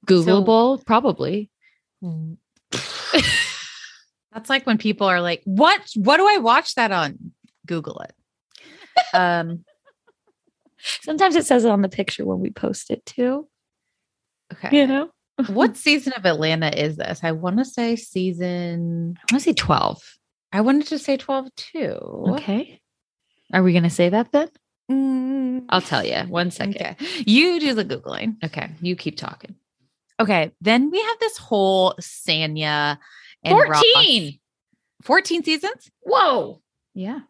Googleable, probably.
that's like when people are like, what what do I watch that on? Google it. Um
Sometimes it says it on the picture when we post it too.
okay.
You know,
what season of Atlanta is this? I want to say season
I want to say 12.
I wanted to say 12 too.
Okay. Are we going to say that then?
Mm,
I'll tell you. One second.
okay. You do the Googling.
okay. You keep talking.
Okay. Then we have this whole Sanya and Ross-
14.
14 seasons?
Whoa. Yeah.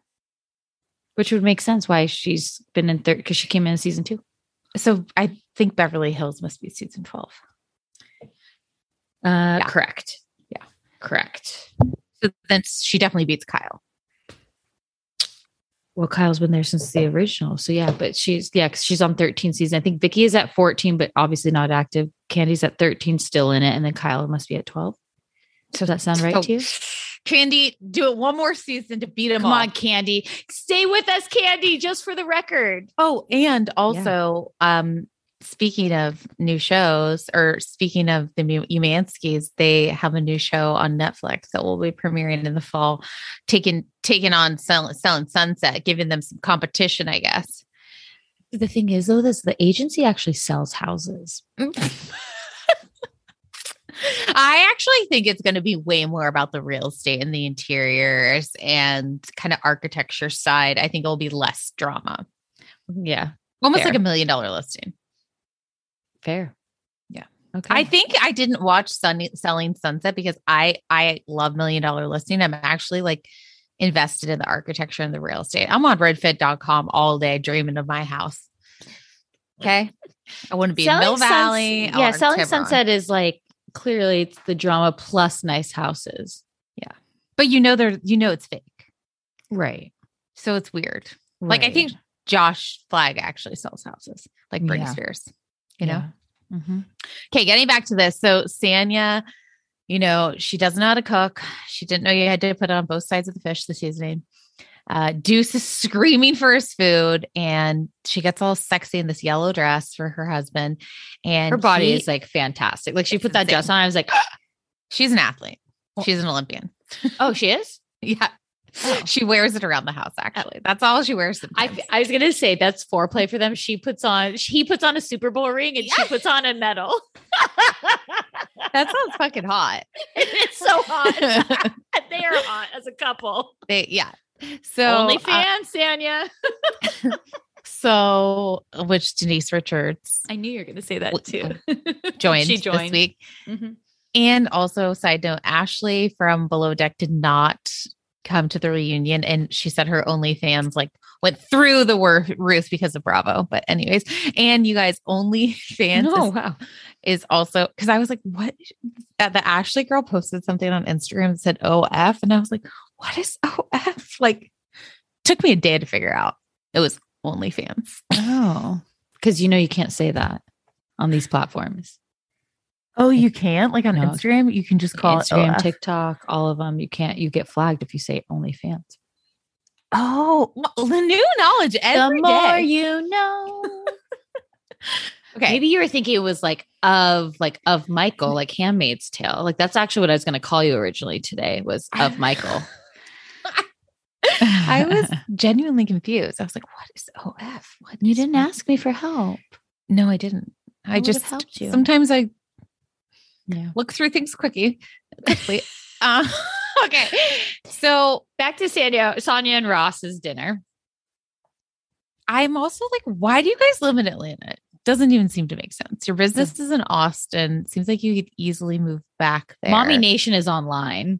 Which would make sense why she's been in third because she came in season two.
So I think Beverly Hills must be season 12.
Uh
Yeah.
correct.
Yeah.
Correct.
So then she definitely beats Kyle.
Well, Kyle's been there since the original. So yeah, but she's yeah, 'cause she's on 13 season. I think Vicky is at 14, but obviously not active. Candy's at 13, still in it, and then Kyle must be at 12. Does that sound right
So-
to you?
Candy, do it one more season to beat him
Come on, Candy. Stay with us, Candy, just for the record.
Oh, and also, um, speaking of new shows, or speaking of the new Umanskis, they have a new show on Netflix that will be premiering in the fall, taking taking on Sel- Selling Sunset, giving them some competition, I guess.
The thing is, though, this the agency actually sells houses.
I actually think it's going to be way more about the real estate and the interiors and kind of architecture side. I think it will be less drama,
Yeah,
almost
Fair.
like a million dollar listing.
fair.
Yeah.
Okay.
I think I didn't watch Sunny Selling Sunset because I I love Million Dollar Listing. I'm actually like invested in the architecture and the real estate. I'm on redfit.com all day dreaming of my house. Okay. I want to be in Mill
Suns-
Valley.
yeah,
or
selling
Tiburon.
sunset is like clearly it's the drama plus nice houses.
But you know there you know it's fake.
Right.
So it's weird. Like, I think Josh Flagg actually sells houses, like Britney
Yeah.
Spears. You know?
Mm-hmm.
Okay, getting back to this. So Sanya, you know, she doesn't know how to cook. She didn't know you had to put it on both sides of the fish, the seasoning. Uh, Deuce is screaming for his food, and she gets all sexy in this yellow dress for her husband. And
her body
he-
is like fantastic. Like she
It's
put that
insane.
dress on, I was like,
she's an athlete. She's an Olympian.
oh, she is.
Yeah.
Oh.
She wears it around the house, actually. That's all she wears.
I,
sometimes.
I was gonna say that's foreplay for them. She puts on he puts on a Super Bowl ring and she puts on a medal.
that sounds fucking hot.
it's so hot. they are hot as a couple.
They- yeah. So
Only
uh,
fans, Sanya.
so which Denise Richards
I knew you were gonna say that
w-
too.
joined, Mm-hmm.
She
this
joined.
week.
Mhm.
And also, side note, Ashley from Below Deck did not come to the reunion, and she said her OnlyFans like went through the wor- roof because of Bravo. But anyways, and you guys, OnlyFans
No,
is, is also because I was like, what? Uh, The Ashley girl posted something on Instagram that said OF, and I was like, what is OF? Like, took me a day to figure out. It was OnlyFans.
Oh, because you know you can't say that on these platforms.
Oh, you can't like on
No.
Instagram. You can just call
Instagram,
it OF.
TikTok, all of them. You can't. You get flagged if you say OnlyFans.
Oh, well, the new knowledge every day.
you know.
okay.
Maybe you were thinking it was like of like of Michael, like Handmaid's Tale. Like that's actually what I was going to call you originally today was of Michael.
I was genuinely confused. I was like, what is OF? What
You
is
didn't
my-
ask me for help.
No, I didn't. I,
would've
just
helped you.
Sometimes I
Yeah.
look through things quickly. quickly. uh, okay. So
Back to Sanyo, Sonia and Ross's dinner.
I'm also like, why do you guys live in Atlanta? Doesn't even seem to make sense. Your business is in Austin. Seems like you could easily move back there.
Mommy Nation is online.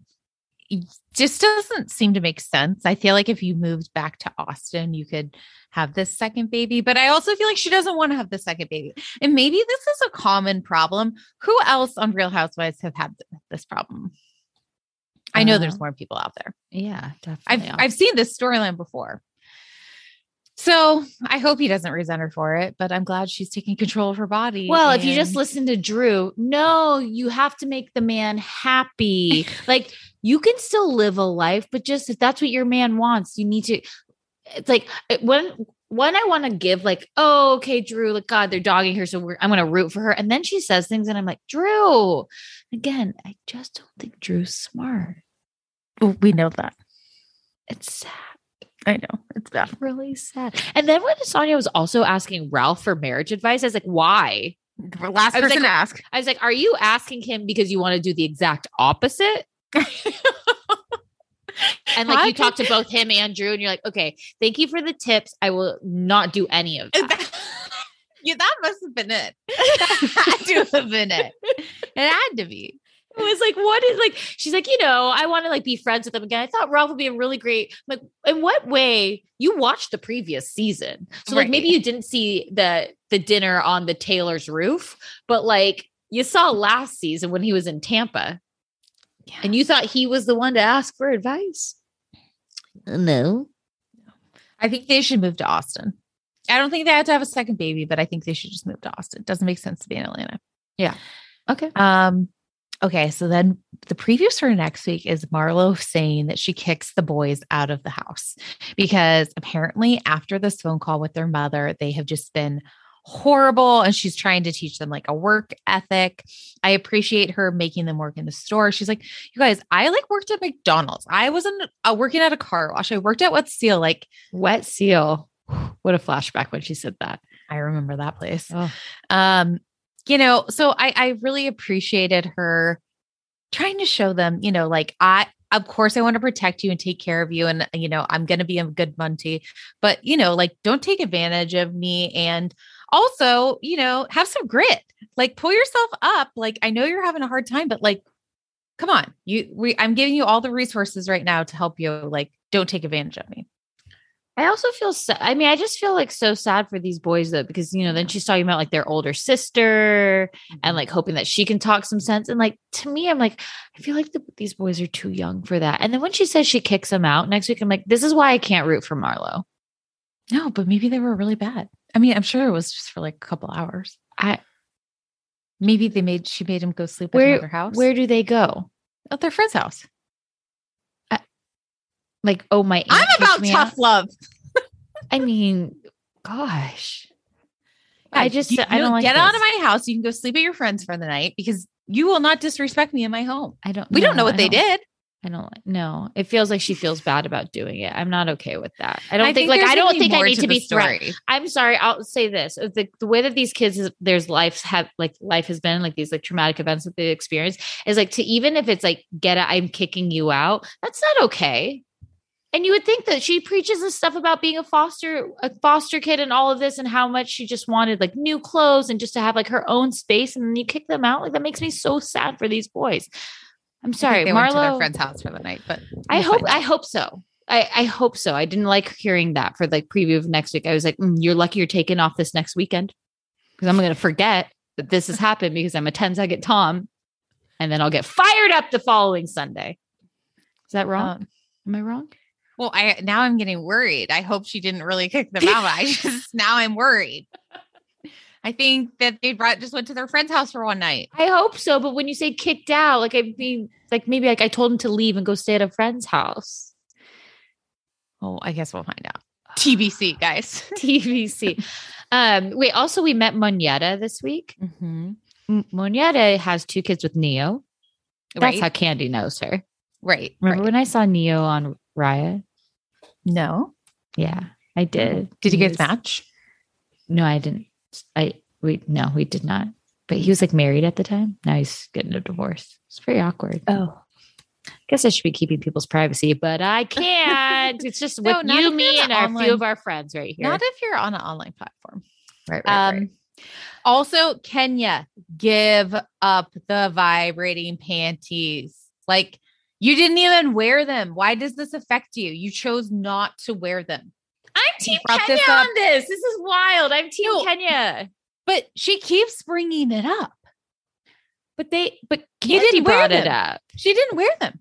just doesn't seem to make sense. I feel like if you moved back to Austin, you could have this second baby, but I also feel like she doesn't want to have the second baby. And maybe this is a common problem. Who else on Real Housewives have had th- this problem? I know there's
Uh,
more people out there.
Yeah,
I've
definitely.
I've seen this storyline before. So I hope he doesn't resent her for it, but I'm glad she's taking control of her body.
Well, if you just
and-
listen to Drew, no, you have to make the man happy. like you can still live a life, but just if that's what your man wants, you need to. It's like it- when when I want to give like, oh, okay, Drew, like God, they're dogging her, so we're, I'm gonna root for her, and then she says things, and I'm like, Drew, again, I just don't think Drew's smart.
Well, we know that.
It's sad.
I know. It's bad.
really sad. And then when Sonia was also asking Ralph for marriage advice, I was like, why?
Last
I was like-
person to ask.
I was like, are you asking him because you want to do the exact opposite? And like
How
you
could-
talk to both him and Drew, and you're like, okay, thank you for the tips. I will not do any of that.
yeah, that must have been it. That had to have been it. It had to be.
It was like, what is like? She's like, you know, I want to like be friends with him again. I thought Ralph would be a really great. I'm like, in what way? You watched the previous season, so like maybe
Right.
you didn't see the the dinner on the Taylor's roof, but like you saw last season when he was in Tampa,
Yeah.
and you thought he was the one to ask for advice. No,
I think they should move to Austin. I don't think they had to have a second baby, but I think they should just move to Austin. doesn't make sense to be in Atlanta.
Yeah. Okay.
Um, okay. So then the previews for next week is Marlo saying that she kicks the boys out of the house because apparently after this phone call with their mother, they have just been horrible and she's trying to teach them like a work ethic. I appreciate her making them work in the store. She's like, you guys, I like worked at McDonald's. I wasn't uh, working at a car wash. I worked at What's Seal. Like
wet seal. What a flashback when she said that.
I remember that place.
Oh.
Um, you know, so I I really appreciated her trying to show them, you know, like I of course I want to protect you and take care of you and you know, I'm going to be a good Monty, but you know, like don't take advantage of me and also, you know, have some grit. Like pull yourself up. Like I know you're having a hard time, but like come on. You we I'm giving you all the resources right now to help you. Like don't take advantage of me.
I also feel so, I mean, I just feel like so sad for these boys though, because you know, then she's talking about like their older sister
Mm-hmm.
and like hoping that she can talk some sense. And like to me, I'm like, I feel like the, these boys are too young for that. And then when she says she kicks them out next week, I'm like, this is why I can't root for Marlo.
No, but maybe they were really bad. I mean, I'm sure it was just for like a couple hours.
I-
maybe they made she made him go sleep at
Where-
another house.
Where do they go?
at their friend's house?
Like, oh my, aunt kicked me out.
love.
I mean, gosh,
I
I
just
just- uh,
you,
I don't
you
like
get out of
this.
my house. You can go sleep at your friend's for the night because you will not disrespect me in my home.
I don't.
We don't know
no,
what
I
they did.
I don't like. No, it feels like she feels bad about doing it. I'm not okay with that. I don't think, like
there's
I
gonna
don't think I
more
need to
the
be threatened.
story.
I'm sorry. I'll say this: the, the way that these kids, there's lives have like life has been like these like traumatic events that they experience is like to even if it's like get it, I'm kicking you out. That's not okay. And you would think that she preaches this stuff about being a foster a foster kid and all of this and how much she just wanted like new clothes and just to have like her own space and then you kick them out like that makes me so sad for these boys. I'm
I
sorry,
think they went to their
Marlo.
friend's house for the night, but
I
we'll
hope
find out.
I hope so. I, I hope so. I didn't like hearing that for like preview of next week. I was like, "Mm, you're lucky you're taking off this next weekend because I'm going to forget that this has happened because I'm a 10 second Tom and then I'll get fired up the following Sunday. Is that wrong?
Um,
Am I wrong?
well, I now I'm getting worried. I hope she didn't really kick them out. I just now I'm worried. I think that they brought just went to their friend's house for one night.
I hope so. But when you say kicked out, like I mean, like maybe like I told him to leave and go stay at a friend's house.
Oh, I guess we'll find out. TBC, guys.
TVC. um, wait, also, we met Moneta this week.
Mm-hmm.
M- Moneta has two kids with Neo. That's
Right.
how Candy knows her.
right.
Remember
right.
when I saw Neo on Raya?
No.
Yeah, I did.
Did you
He
guys
was-
match?
No, I didn't. I we no, we did not. But he was like married at the time. Now he's getting a divorce. It's very awkward.
Oh.
guess I should be keeping people's privacy, but I can't. it's just
No,
with
not
you,
if
me,
you're
and
the
our few
online-
of our friends right here.
Not if you're on an online platform.
right, right,
Um,
right.
Also, Kenya, give up the vibrating panties. Like, you didn't even wear them. Why does this affect you? You chose not to wear them.
I'm Team
brought
Kenya
this
on
up-
this. This is wild. I'm Team
No.
Kenya.
But she keeps bringing it up.
But they, but
You
Candy
didn't wear
brought it
them.
up.
She didn't wear them.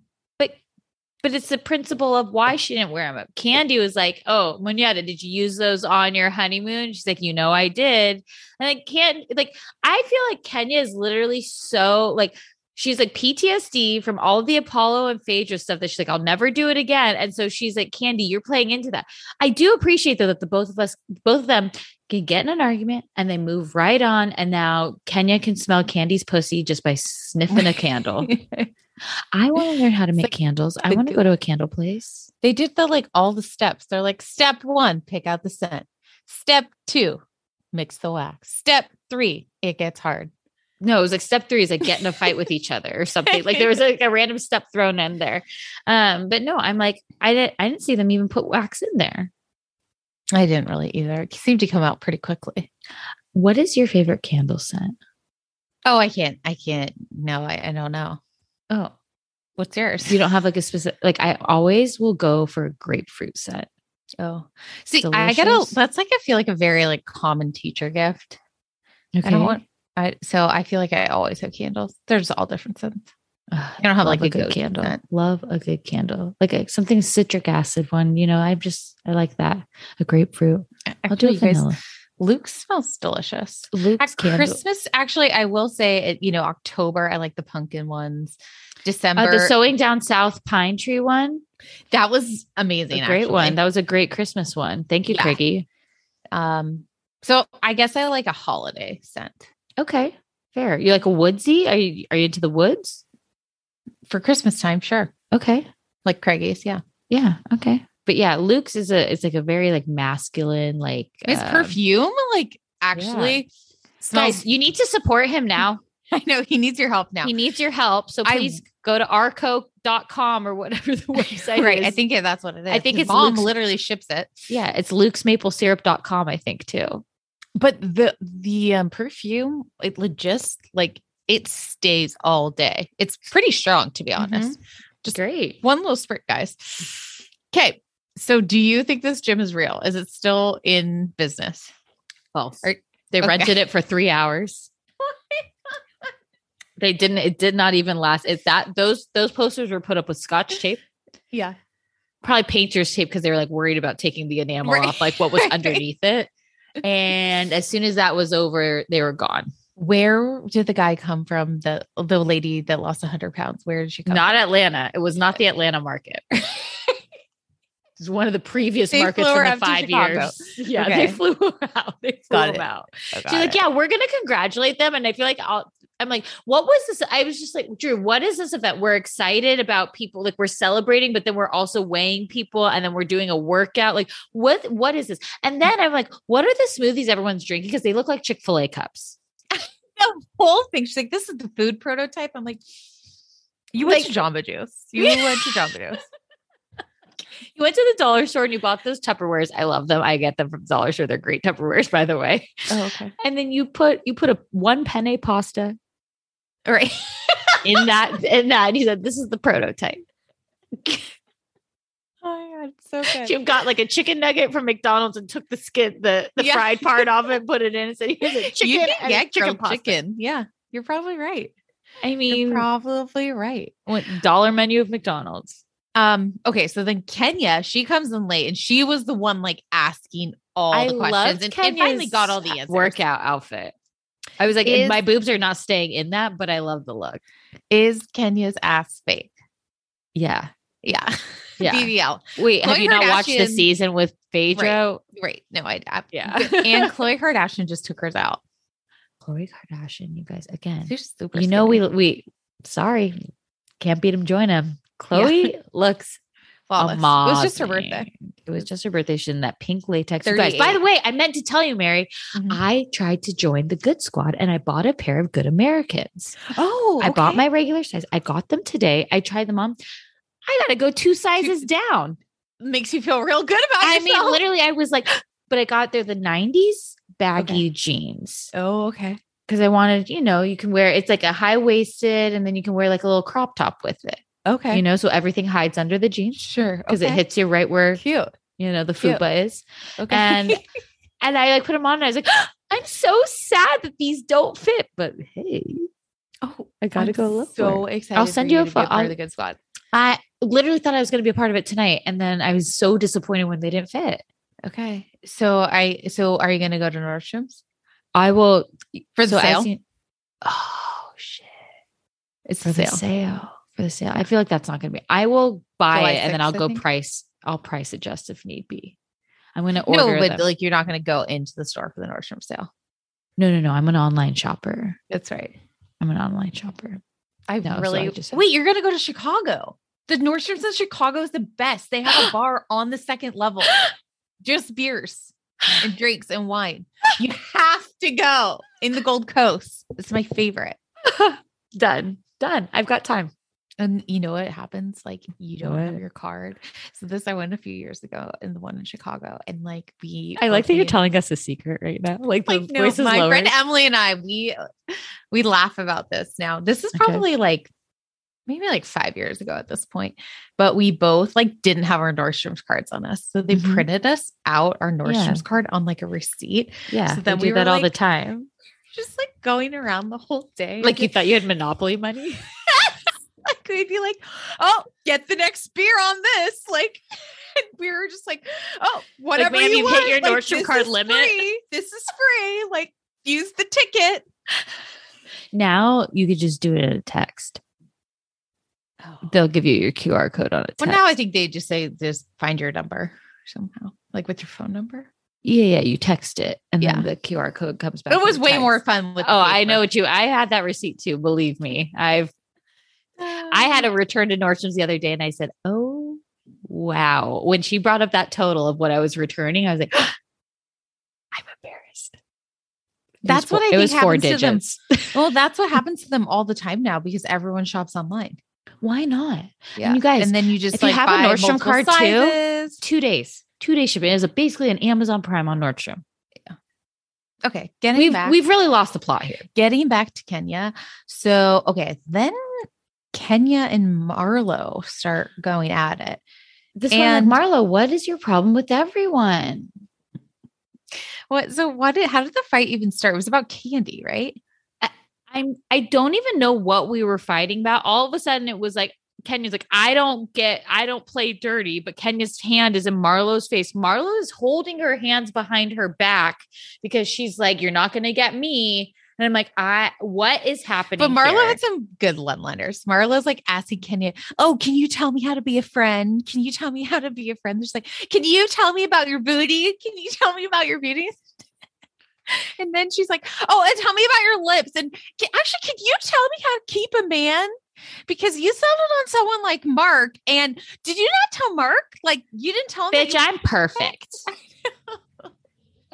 But it's the principle of why she didn't wear them up. Candy was like, "Oh, Moneta, did you use those on your honeymoon?" She's like, "You know, I did." And I can't like. I feel like Kenya is literally so like she's like PTSD from all the Apollo and Phaedra stuff that she's like, "I'll never do it again." And so she's like, "Candy, you're playing into that." I do appreciate though that the both of us, both of them, can get in an argument and they move right on. And now Kenya can smell Candy's pussy just by sniffing a candle. I want to learn how to
It's
make
like
candles. I
the
want to
goo-
go to a candle place.
They did the like all the steps. They're like step one, pick out the scent. Step two, mix the wax. Step three, it gets hard.
No, it was like step three is like get in a fight with each other or something. Like there was like a random step thrown in there. Um, but no, I'm like, I didn't I didn't see them even put wax in there.
I didn't really either. It seemed to come out pretty quickly.
What is your favorite candle scent?
Oh, I can't. I can't. No, I, I don't know.
Oh,
What's yours?
you don't have like a specific like I always will go for a grapefruit scent.
Oh, see, I gotta.
Delicious.
That's like I feel like a very like common teacher gift.
Okay.
I don't want. I so I feel like I always have candles. There's all different scents.
Ugh,
I don't have
love
like a,
good
go-to
candle.
scent.
Love a good candle. Like a, something citric acid one, you know. I've just I like that. A grapefruit. I'll do
Actually,
a
you guys-
vanilla.
Luke smells delicious.
Luke's
At
candle.
Christmas, actually, I will say, it, you know, October, I like the pumpkin ones. December,
Uh, the sewing down south pine tree one.
that was
A
amazing.
great one. That
actually.
was a great Christmas one. Thank you,
Yeah.
Craigie.
um, so I guess I like a holiday scent
Okay, fair. You like a woodsy? Are you are you into the woods?
for Christmas time, sure.
Okay,
Like Craigie's, yeah.
yeah, okay. But yeah, Luke's is a it's like a very like masculine like
His
um,
perfume, like, actually smells.
Guys, you need to support him now.
I know he needs your help now.
He needs your help. So
I-
please go to arco.com or whatever the website
right.
is.
I think that's what it is.
I think
His
it's
mom
Luke's-
literally ships it.
yeah, it's Luke's maple syrup.com, I think too.
But the the um, perfume, it legit like it stays all day. It's pretty strong, to be honest. Just-
great.
One little spurt, guys. Okay. So do you think this gym is real? Is it still in business?
False.
Or-
they
okay.
rented it for three hours. they didn't. It did not even last. It's that those those posters were put up with scotch tape,
Yeah.
probably painter's tape, because they were like worried about taking the enamel
Right.
off, like what was underneath it. And as soon as that was over, they were gone.
Where did the guy come from? The the lady that lost 100 pounds. Where did she come
Not Atlanta. It was not the Atlanta market. It's one of the previous
They
markets
flew
from
her
the
up to
five
Chicago.
years. Yeah,
Okay.
they flew her out. They flew
Got
them
it.
out.
from?
She's like, yeah, we're gonna congratulate them, and I feel like I'll. I'm like, what was this? I was just like, Drew, what is this event? We're excited about people, like we're celebrating, but then we're also weighing people, and then we're doing a workout. Like, what? What is this? And then I'm like, what are the smoothies everyone's drinking? Because they look like Chick Fil A cups.
the whole thing. She's like, this is the food prototype. I'm like, you went to Jamba Juice. You went to Jamba Juice.
You went to the dollar store and you bought those Tupperwares. I love them. I get them from the dollar store. They're great Tupperwares, by the way.
Oh, okay.
And then you put you put a one penne pasta
All right.
in that in that. And he said, this is the prototype.
Oh my god, so good.
She got like a chicken nugget from McDonald's and took the skin, the, the
Yeah.
fried part off and put it in and said, here's a chicken
you
and
can get
chicken
grilled
pasta.
chicken. Yeah, you're probably right.
I
You're
mean,
probably right.
what, dollar menu of McDonald's.
Um, okay, so then Kenya, she comes in late and she was the one like asking all
I
the
loved
questions and, and finally got all the
Kenya's
answers.
Workout outfit. I was like,
Is-
my boobs are not staying in that, but I love the look.
Is Kenya's ass fake?
Yeah.
Yeah.
Yeah.
BBL.
Wait, have
Khloe
you not watched the
Kardashian-
season with Phaedra?
Right. No, I, I
Yeah.
and Khloe Kardashian just took hers out.
Khloe Kardashian, you guys, again.
She's super
You know,
skinny.
we, we, sorry, can't beat him, join him. Chloe looks
Flawless. It was just her
Amazing.
birthday.
It was just her birthday. She's in that pink latex. You guys, by the way, I meant to tell you, Mary,
Mhm.
I tried to join the good squad and I bought a pair of good Americans.
Oh,
I bought
okay.
my regular size. I got them today. I tried them on. I got to go two sizes down.
Makes you feel real good about
I
yourself.
mean, literally, I was like, but I got there the 90s baggy jeans
Oh, okay.
because I wanted, you know, you can wear it's like a high waisted and then you can wear like a little crop top with it,
Okay.
you know, so everything hides under the jeans
sure.
because it
okay.
hits you right where,
cute.
you know, the
Cute.
fupa is.
Okay.
And and I like put them on and I was like, I'm so sad that these don't fit, but hey,
oh,
I gotta
I'm
go look. for
So
it.
excited.
I'll
for
send you a
to be
pho-
part
I'll-
of the good squad.
I literally thought I was going to be a part of it tonight, and then I was so disappointed when they didn't fit.
Okay. So I. So are you gonna go to Nordstrom's?
I will
For the
so as
sale?
you- oh shit!
It's
For the sale, for the sale. I feel like that's not going to be. I will buy
July
it, and then
6th,
I'll
I
go
think.
price. I'll price adjust if need be. I'm going to
No,
order.
but
them.
like you're not gonna go into the store for the Nordstrom sale.
no, no, no. I'm an online shopper.
That's right.
I'm an online shopper.
I
No, so I
really
just have-
wait. You're gonna go to Chicago. The Nordstrom's in Chicago is the best. They have a bar on the second level, just beers and drinks and wine. You have to go in the Gold Coast. It's my favorite.
Done, done. I've got time.
And you know what happens? Like you don't have
What?
your card. So this I went a few years ago in the one in Chicago, and like we.
I like that you're
talking.
telling us a secret right now. Like the
I know,
voice is
my
lowered.
friend Emily and I, we we laugh about this now. This is
Okay.
probably like maybe like five years ago at this point, but we both like didn't have our Nordstrom's cards on us, so they
Mhm.
printed us out our Nordstrom's card on like a receipt.
yeah,
So
they
then we
do
were
that all the
like-
time.
Just like going around the whole day,
Like you thought you had monopoly money.
like we'd be like, "Oh, get the next beer on this." Like we were just like, "Oh, whatever
ma'am,
you
you've hit
want.
your
like,
Nordstrom
this
card
is
limit."
Free. This is free. Like use the ticket.
Now you could just do it in a text. They'll give you your QR code on a text.
Oh. Well, now I think they just say just find your number somehow, like with your phone number.
yeah, yeah, you text it, and
Yeah.
then the QR code comes back.
It was
in
way
text.
more fun with.
Oh, I
paper.
know what you. I had that receipt too. Believe me, I've I had a
Um,
return to Nordstrom's the other day, and I said, "Oh, wow!" When she brought up that total of what I was returning, I was like, "I'm embarrassed." It was
That's
four-
what I
It
think
was four
happens to them.
digits.
Well, that's what happens to them all the time now because everyone shops online.
Why not?
Yeah,
you guys,
and then you just
if you
like
have a
buy
Nordstrom
multiple
card too,
sizes.
Two days. Two day shipping is basically an Amazon Prime on Nordstrom.
Okay, getting
We've
back,
we've really lost the plot here.
getting back to Kenya. So okay, then Kenya and Marlowe start going at it.
This
And-
one, like, Marlo, what is your problem with everyone?
What? So what? Did, how did the fight even start? It was about candy, right?
I'm I don't even know what we were fighting about. All of a sudden it was like Kenya's like, I don't get I don't play dirty, but Kenya's hand is in Marlo's face. Marlo is holding her hands behind her back because she's like, You're not gonna get me. And I'm like, I what is happening?
But Marlo
here?
had some good one liners. Marlo's like asking Kenya, Oh, can you tell me how to be a friend? Can you tell me how to be a friend? There's like, Can you tell me about your booty? Can you tell me about your beauty? and then she's like, Oh, and tell me about your lips. And can, actually, can you tell me how to keep a man? Because you settled on someone like Mark. And did you not tell Mark? Like, you didn't tell him. that
bitch,
you-
I'm perfect.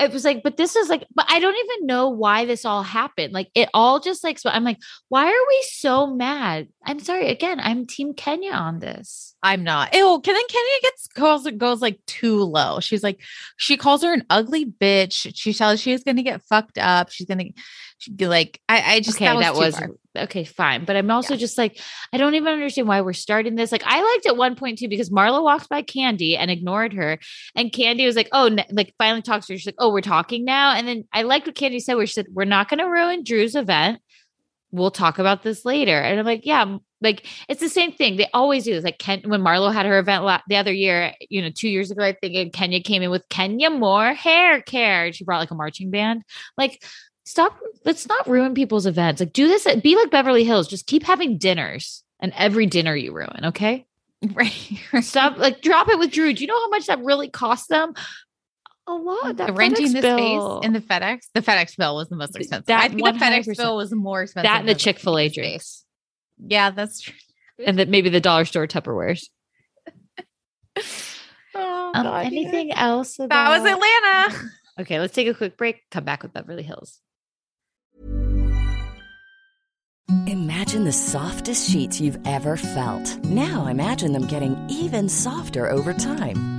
It was like, but this is like, but I don't even know why this all happened. Like it all just like, so I'm like, why are we so mad? I'm sorry. Again, I'm team Kenya on this.
I'm not. Ew. Can then Kenya gets calls goes like too low. She's like, she calls her an ugly bitch. She tells she's gonna get fucked up. She's gonna she, like I, I just
okay, that
too
was,
far.
okay, fine. But I'm also just like, I don't even understand why we're starting this. Like, I liked at one point too because Marla walked by Candy and ignored her, and Candy was like, "Oh, n- like finally talks to her." She's like, "Oh, we're talking now." And then I liked what Candy said, where she said, "We're not going to ruin Drew's event. We'll talk about this later." And I'm like, "Yeah." m- Like it's the same thing. They always do this. Like Ken, when Marlo had her event la- the other year, you know, two years ago, I think, and Kenya came in with Kenya Moore hair care. and She brought like a marching band. Like, stop let's not ruin people's events. Like, do this, be like Beverly Hills. Just keep having dinners and every dinner you ruin. Okay.
right.
Stop, like, drop it with Drew. Do you know how much that really cost them? A lot. That
Mm, the renting
FedEx
the
bill.
space and the FedEx. The FedEx bill was the most expensive.
that
I think the FedEx
100%.
bill was more expensive.
that and the
than
Chick fil A drinks
Yeah, that's true.
and that maybe the dollar store Tupperwares.
Oh,
Um,
God, you
anything else? About-
That was Atlanta.
Okay, let's take a quick break. Come back with Beverly Hills.
Imagine the softest sheets you've ever felt. Now imagine them getting even softer over time.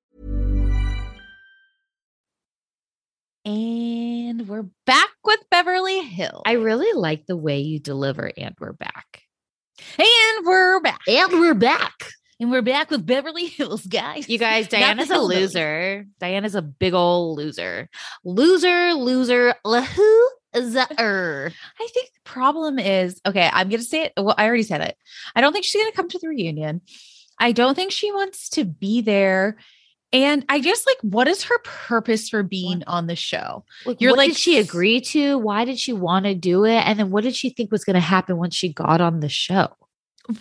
And we're back with Beverly Hills.
I really like the way you deliver, and we're back.
and we're back.
And we're back.
And we're back with Beverly Hills, guys.
You guys,
Not the
Diana's a
hillbillies.
loser. Diana's a big old loser. Loser, loser, lahoo-zer.
I think the problem is okay, I'm going to say it. Well, I already said it. I don't think she's going to come to the reunion. I don't think she wants to be there. And I just like, what is her purpose for being on the show? You're
what
like-
did she agree to? Why did she want to do it? And then what did she think was going to happen once she got on the show?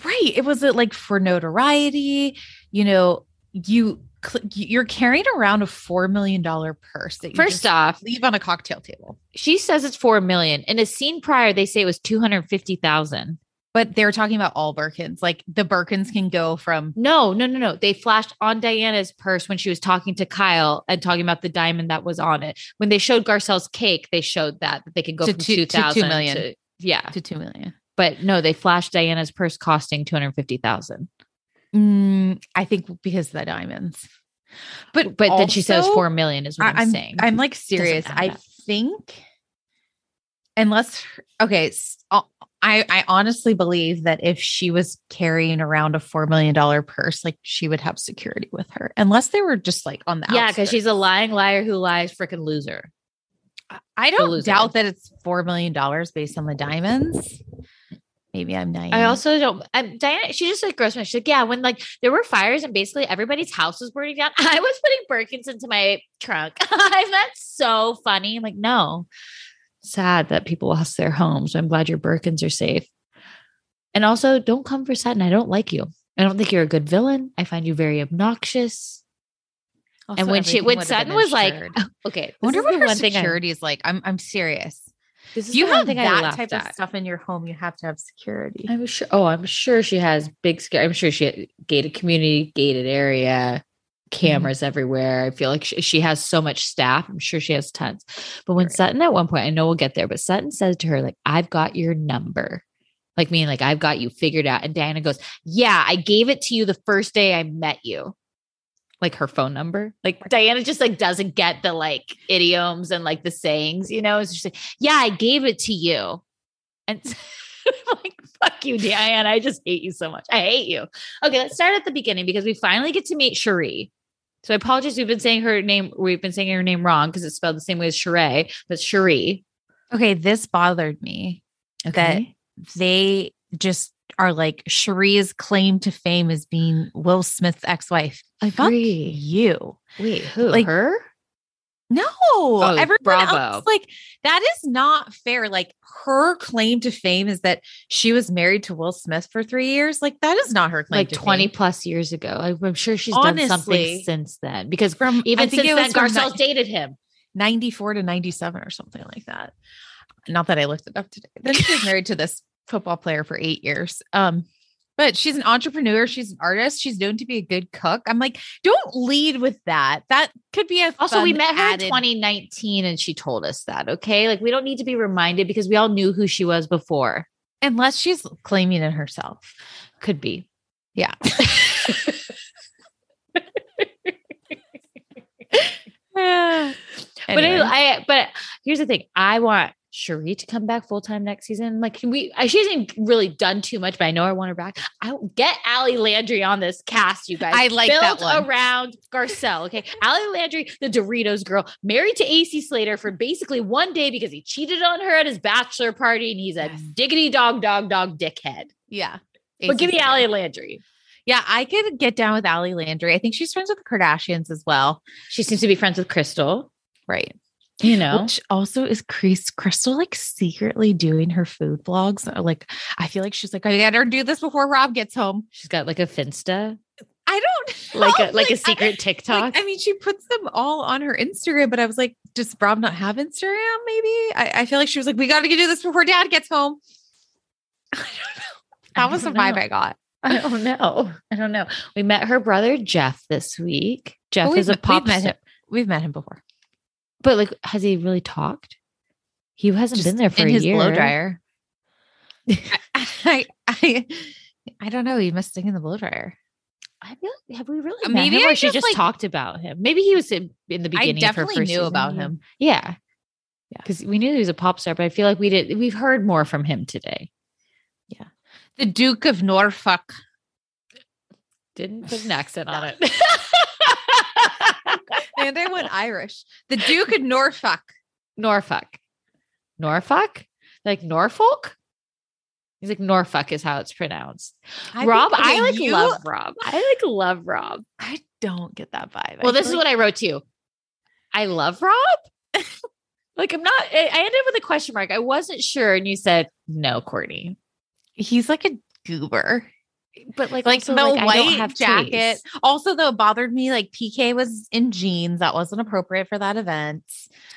Right. It was it like for notoriety, you know, you cl- you're carrying around a four million dollar purse that you
First
just
off,
leave on a cocktail table.
she says it's four million. In a scene prior, they say it was two hundred fifty thousand.
But they were talking about all Birkins. Like the Birkins can go from
No, no, no, no. They flashed on Diana's purse when she was talking to Kyle and talking about the diamond that was on it. When they showed Garcelle's cake, they showed that that they could go
To
from
two-
two
to two
thousand
million.
to yeah.
to two million.
But no, they flashed Diana's purse costing two hundred fifty thousand.
Mm, I think because of the diamonds.
But but then she says
also-
four million is what I, am
I'm-
saying.
I'm like serious.
add
I
up.
think unless her- okay, s- I I honestly believe that if she was carrying around a four million dollar purse, like she would have security with her, unless they were just like on the
yeah, because
outskirts.
she's a lying liar who lies, freaking loser.
I
a
don't
loser.
doubt that it's four million dollars based on the diamonds. Maybe I'm naive.
I also don't. I'm, Diana, she just like grossed me. out. She's like, yeah, when like there were fires and basically everybody's house was burning down, I was putting Birkins into my trunk. Isn't that so funny? I'm like, no, sad that people lost their homes. I'm glad your Birkins are safe. And also, don't come for Sutton. I don't like you. I don't think you're a good villain. I find you very obnoxious.
Also,
and when she,
everything
when
would have been
Sutton was like,
insured.
okay, this
I wonder
is
what
the
her
one thing I-
security is like. I'm I'm serious.
this is
If you
the one
have
thing I
that
laughed
type
at.
of stuff in your home, you have to have security.
I'm sure. Oh, I'm sure she has big scare. I'm sure she had gated community, gated area, cameras everywhere. I feel like she, she has so much staff. I'm sure she has tons. But when
Right.
Sutton at one point, I know we'll get there, but Sutton says to her, like, I've got your number. Like meaning like I've got you figured out. And Diana goes, Yeah, I gave it to you the first day I met you. Like her phone number. Like Diana just like doesn't get the like idioms and like the sayings, you know. It's just like, yeah, I gave it to you. And I'm like, fuck you, Diane. I just hate you so much. I hate you. Okay, let's start at the beginning because we finally get to meet Cherie. So I apologize. We've been saying her name. We've been saying her name wrong because it's spelled the same way as Cherie, but Cherie.
Okay, this bothered me.
Okay.
They just are like Cherie's claim to fame is being Will Smith's ex-wife. Like, fuck
Agree.
you.
Wait, who?
Like-
her?
No, everyone
Oh, bravo.
else like that is not fair. Like her claim to fame is that she was married to Will Smith for three years. Like that is not her claim.
Like
to
20
fame.
plus years ago. I, am sure she's done something
Honestly.
since then because
from I
even
think
since
it
then,
was from
Garcelle's
ni-
dated him.
94 to 97 or something like that. Not that I looked it up today. Then she was married to this football player for eight years. Um, but she's an entrepreneur. She's an artist. She's known to be a good cook. I'm like, don't lead with that. That could be a
Also, we
fun
met her
added-
in 2019 and she told us that. Okay. Like, we don't need to be reminded because we all knew who she was before.
unless she's claiming it herself.
Could be.
Yeah.
But
Anyway.
I, I, but here's the thing I want Cherie to come back full time next season. Like, can we, I- she hasn't really done too much, but I know I want her back. I get Allie Landry on this cast, you guys.
I like that
Built
one.
around Garcelle. Okay. Allie Landry, the Doritos girl, married to AC Slater for basically one day because he cheated on her at his bachelor party and he's a
Yes.
diggity dog, dog, dog dickhead.
yeah.
But give me
Allie.
Allie Landry.
Yeah, I could get down with Allie Landry. I think she's friends with the Kardashians as well.
She seems to be friends with Crystal,
Right.
you know.
Which also is Chris Crystal like secretly doing her food blogs. Or like I feel like she's like, I gotta do this before Rob gets home.
She's got like a Finsta,
I don't
like a
know,
like a
I-
secret TikTok.
Like, I mean, she puts them all on her Instagram, but I was like, does Rob not have Instagram? Maybe I, I feel like she was like, we got to do this before Dad gets home. I don't know.
I
That was the
don't
vibe
know.
I got.
I don't know. I don't know. We met her brother Jeff this week. Jeff
But
is a
we've-
pop
we've met
star,
him. We've met him before.
but like, has he really talked? He hasn't
Just
been there for
in
a
his
year.
blow dryer. I, I, I, I don't know. He must sing in the blow dryer.
I feel like, have we really
Uh,
met
maybe
him, or
I
she
just,
just
like-
talked about him? Maybe he was in, in the beginning. of her
definitely
first
knew
season,
about
yeah.
him.
Yeah,
Yeah.
because we knew he was a pop star, but I feel like we did. We've heard more from him today.
The Duke of Norfolk.
Didn't put an accent on it.
and I went Irish. The Duke of Norfolk.
Norfolk. Norfolk? Like Norfolk? He's like Norfolk is how it's pronounced.
I
Rob,
think-
I
okay,
like
you-
love Rob. I like love Rob.
I don't get that vibe.
Well, this is what I wrote to you. I love Rob. like I'm not. I I ended up with a question mark. I wasn't sure, and you said no, Courtney.
he's like a goober.
But like,
like
also,
the
like, I don't
white
have
jacket.
taste.
Also, though, it bothered me like PK was in jeans. That wasn't appropriate for that event.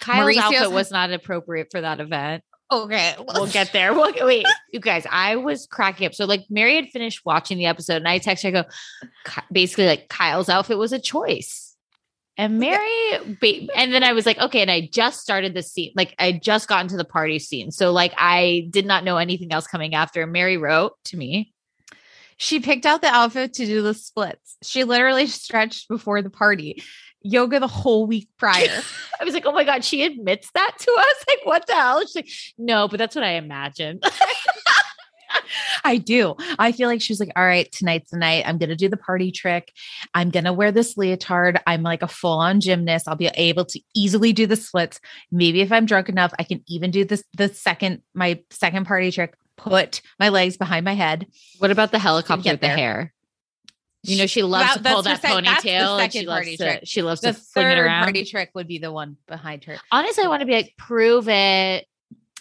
Kyle's
Mauricio's-
outfit was not appropriate for that event.
Okay,
we'll get there. We'll, wait, you guys, I was cracking up. So like Mary had finished watching the episode and I text her, I go, "Ky- basically like Kyle's outfit was a choice. And Mary, ba- and then I was like, okay. And I just started the scene. Like I just got into the party scene. So like I did not know anything else coming after. And Mary wrote to me.
She picked out the outfit to do the splits. She literally stretched before the party, yoga the whole week prior.
I was like, oh my God, she admits that to us. Like, what the hell? She's like, no, but that's what I imagined.
I do. I feel like she was like, all right, tonight's the night. I'm going to do the party trick. I'm going to wear this leotard. I'm like a full on gymnast. I'll be able to easily do the splits. Maybe if I'm drunk enough, I can even do this, the second, my second party trick, put my legs behind my head.
what about the helicopter
get
with the
there.
hair? You know, she loves
That-
to pull that
that's her sec- that's the
ponytail and she
second
loves
party
to,
trick.
she loves
The
to fling it
third
around.
party trick would be the one behind her.
Honestly, I want to be like, prove it.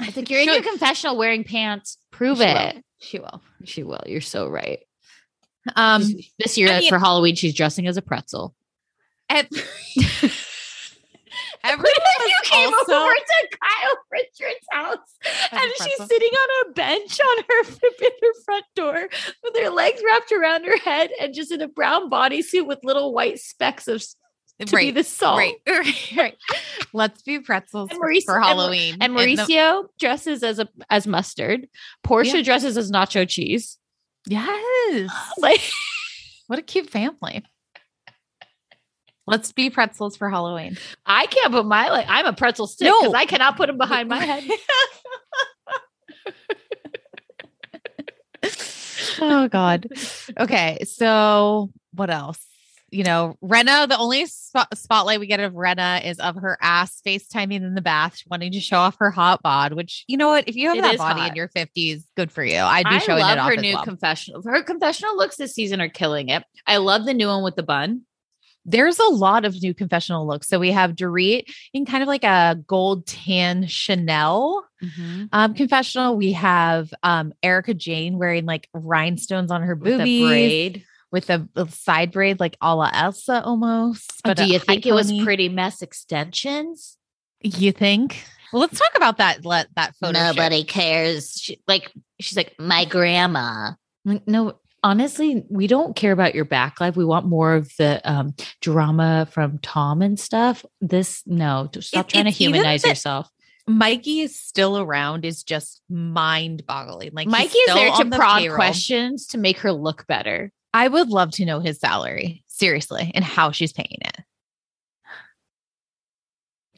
It's like you're in
She'll-
your confessional wearing pants. Prove
She
it.
She will.
She will. You're so right.
Um,
She's- this year
I mean-
for Halloween, she's dressing as a pretzel.
ev- everyone
you
was
came
also-
over to Kyle Richards' house,
a
and she's
pretzel.
sitting on a bench on her, in her front door with her legs wrapped around her head and just in a brown bodysuit with little white specks of s- to be
right,
the salt.
right, right, right. Let's be pretzels
And
for-
Maurice-
for
and-
Halloween.
And
in the-
Mauricio dresses as a as mustard. Portia
Yeah.
dresses as nacho cheese.
Yes.
Like
What a cute family. Let's be pretzels for Halloween.
I can't put my like I'm a pretzel stick
No.
because I cannot put them behind my head.
oh God. Okay. So what else? You know, Rena, the only spot- spotlight we get of Rena is of her ass FaceTiming in the bath, wanting to show off her hot bod, which you know what? If you have
It
that
is
body in
hot.
your 50s, good for you. I'd be
I
showing
love
it off
her
as
new
well.
confessional. Her confessional looks this season are killing it. I love the new one with the bun.
There's a lot of new confessional looks. So we have Dorit in kind of like a gold tan Chanel um confessional we have um erica jane wearing like rhinestones on her
With the
boobies
braid.
with a, a side braid like a la elsa almost
Oh, Do
a
uh, you think it was
high-pony.
pretty mess extensions?
you think Well, let's talk about that. Let that photo. shoot.
Nobody cares. She, like she's like my grandma. I'm like, no, honestly, we don't care about your back life. We want more of the um, drama from Tom and stuff. This no, just stop
It-
trying to
it's even
humanize
that-
yourself.
Mikey is still around is just mind boggling. Like he's
Mikey is
still
there to
on the
prod
payroll.
questions to make her look better.
I would love to know his salary seriously and how she's paying it.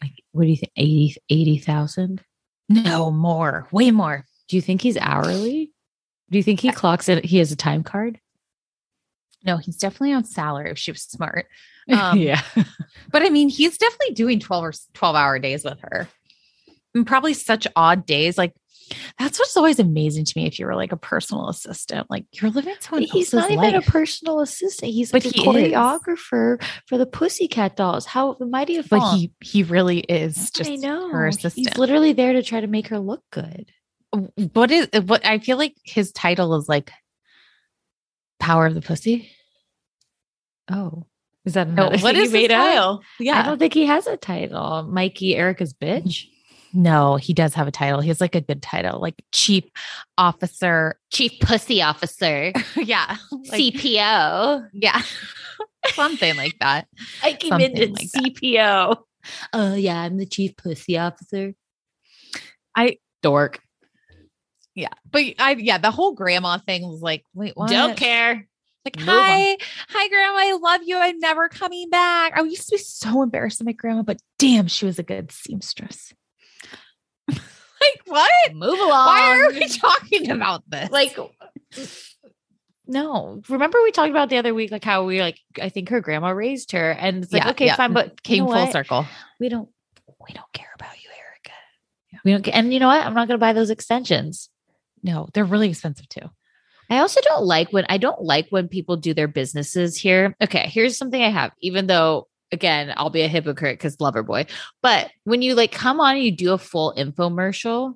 Like, what do you think? 80 80,000?
No more, way more.
do you think he's hourly? Do you think he clocks it? He has a time card.
No, he's definitely on salary. If she was smart, Um, but I mean, he's definitely doing twelve or twelve hour days with her, and probably such odd days. Like that's what's always amazing to me. If you were like a personal assistant, like you're living someone
he's not
else's
even
life.
a personal assistant. He's
But
like a
he is.
choreographer for the Pussycat Dolls. How mighty of
but he he really is just
I know
her
He's
assistant.
literally there to try to make her look good.
what is what I feel like his title is like Power of the Pussy.
Oh, is that
No,
another
what
thing you
is his
made up?
title?
I don't think he has a title. Mikey Erica's bitch.
No, he does have a title. He has like a good title, like chief officer.
Chief Pussy Officer,
yeah. Like,
CPO.
yeah. Something like that.
I came
Something
in as
like that.
CPO. Oh yeah, I'm the chief pussy officer.
I-
dork.
Yeah. But I yeah, the whole grandma thing was like, wait, what?
Don't care.
Like,
Move on.
hi, hi, grandma. I love you. I'm never coming back. I used to be so embarrassed of my grandma, but damn, she was a good seamstress. like, what?
Move along.
Why are we talking about this?
like no remember we talked about the other week like how we like i think her grandma raised her and it's like
Yeah,
okay
yeah.
fine but
came full
what?
circle.
we don't we don't care about you erica we don't care and you know what i'm not gonna buy those extensions
No, they're really expensive too.
i also don't like when i don't like when people do their businesses here okay here's something i have even though again i'll be a hypocrite because lover boy but when you like come on and you do a full infomercial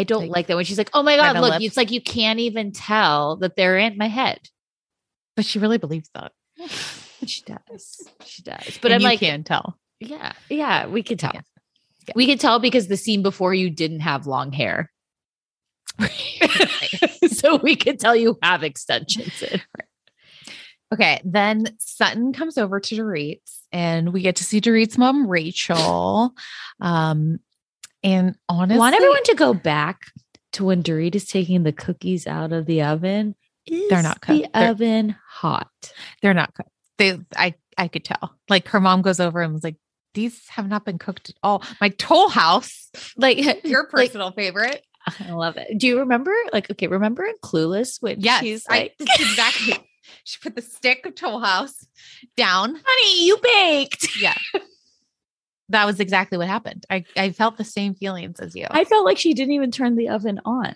I don't
Like,
like, that when she's like, "Oh my
by
god,
the
look!"
lip.
It's like you can't even tell that they're in my head.
But she really believes that.
she does. She does.
But
But I'm like,
can tell.
yeah, yeah, we could tell.
Yeah.
We could tell because the scene before you didn't have long hair. so we could tell you have extensions. In.
Okay. Then Sutton comes over to Dorit's and we get to see Dorit's mom, Rachel. Um, and honestly,
Want everyone to go back to when Dorita's taking the cookies out of the oven. Is
They're not
the
cooked. They're-
oven hot.
they're not cooked. They, I, I could tell. Like her mom goes over and was like, these have not been cooked at all. My toll house,
Like like,
favorite.
I love it. Do you remember? Like, okay, remember in Clueless when
Yes.
she's
I,
like,
exactly. She put the stick of toll house down.
"Honey, you baked."
Yeah. that was exactly what happened. I, I felt the same feelings as you.
I felt like she didn't even turn the oven on.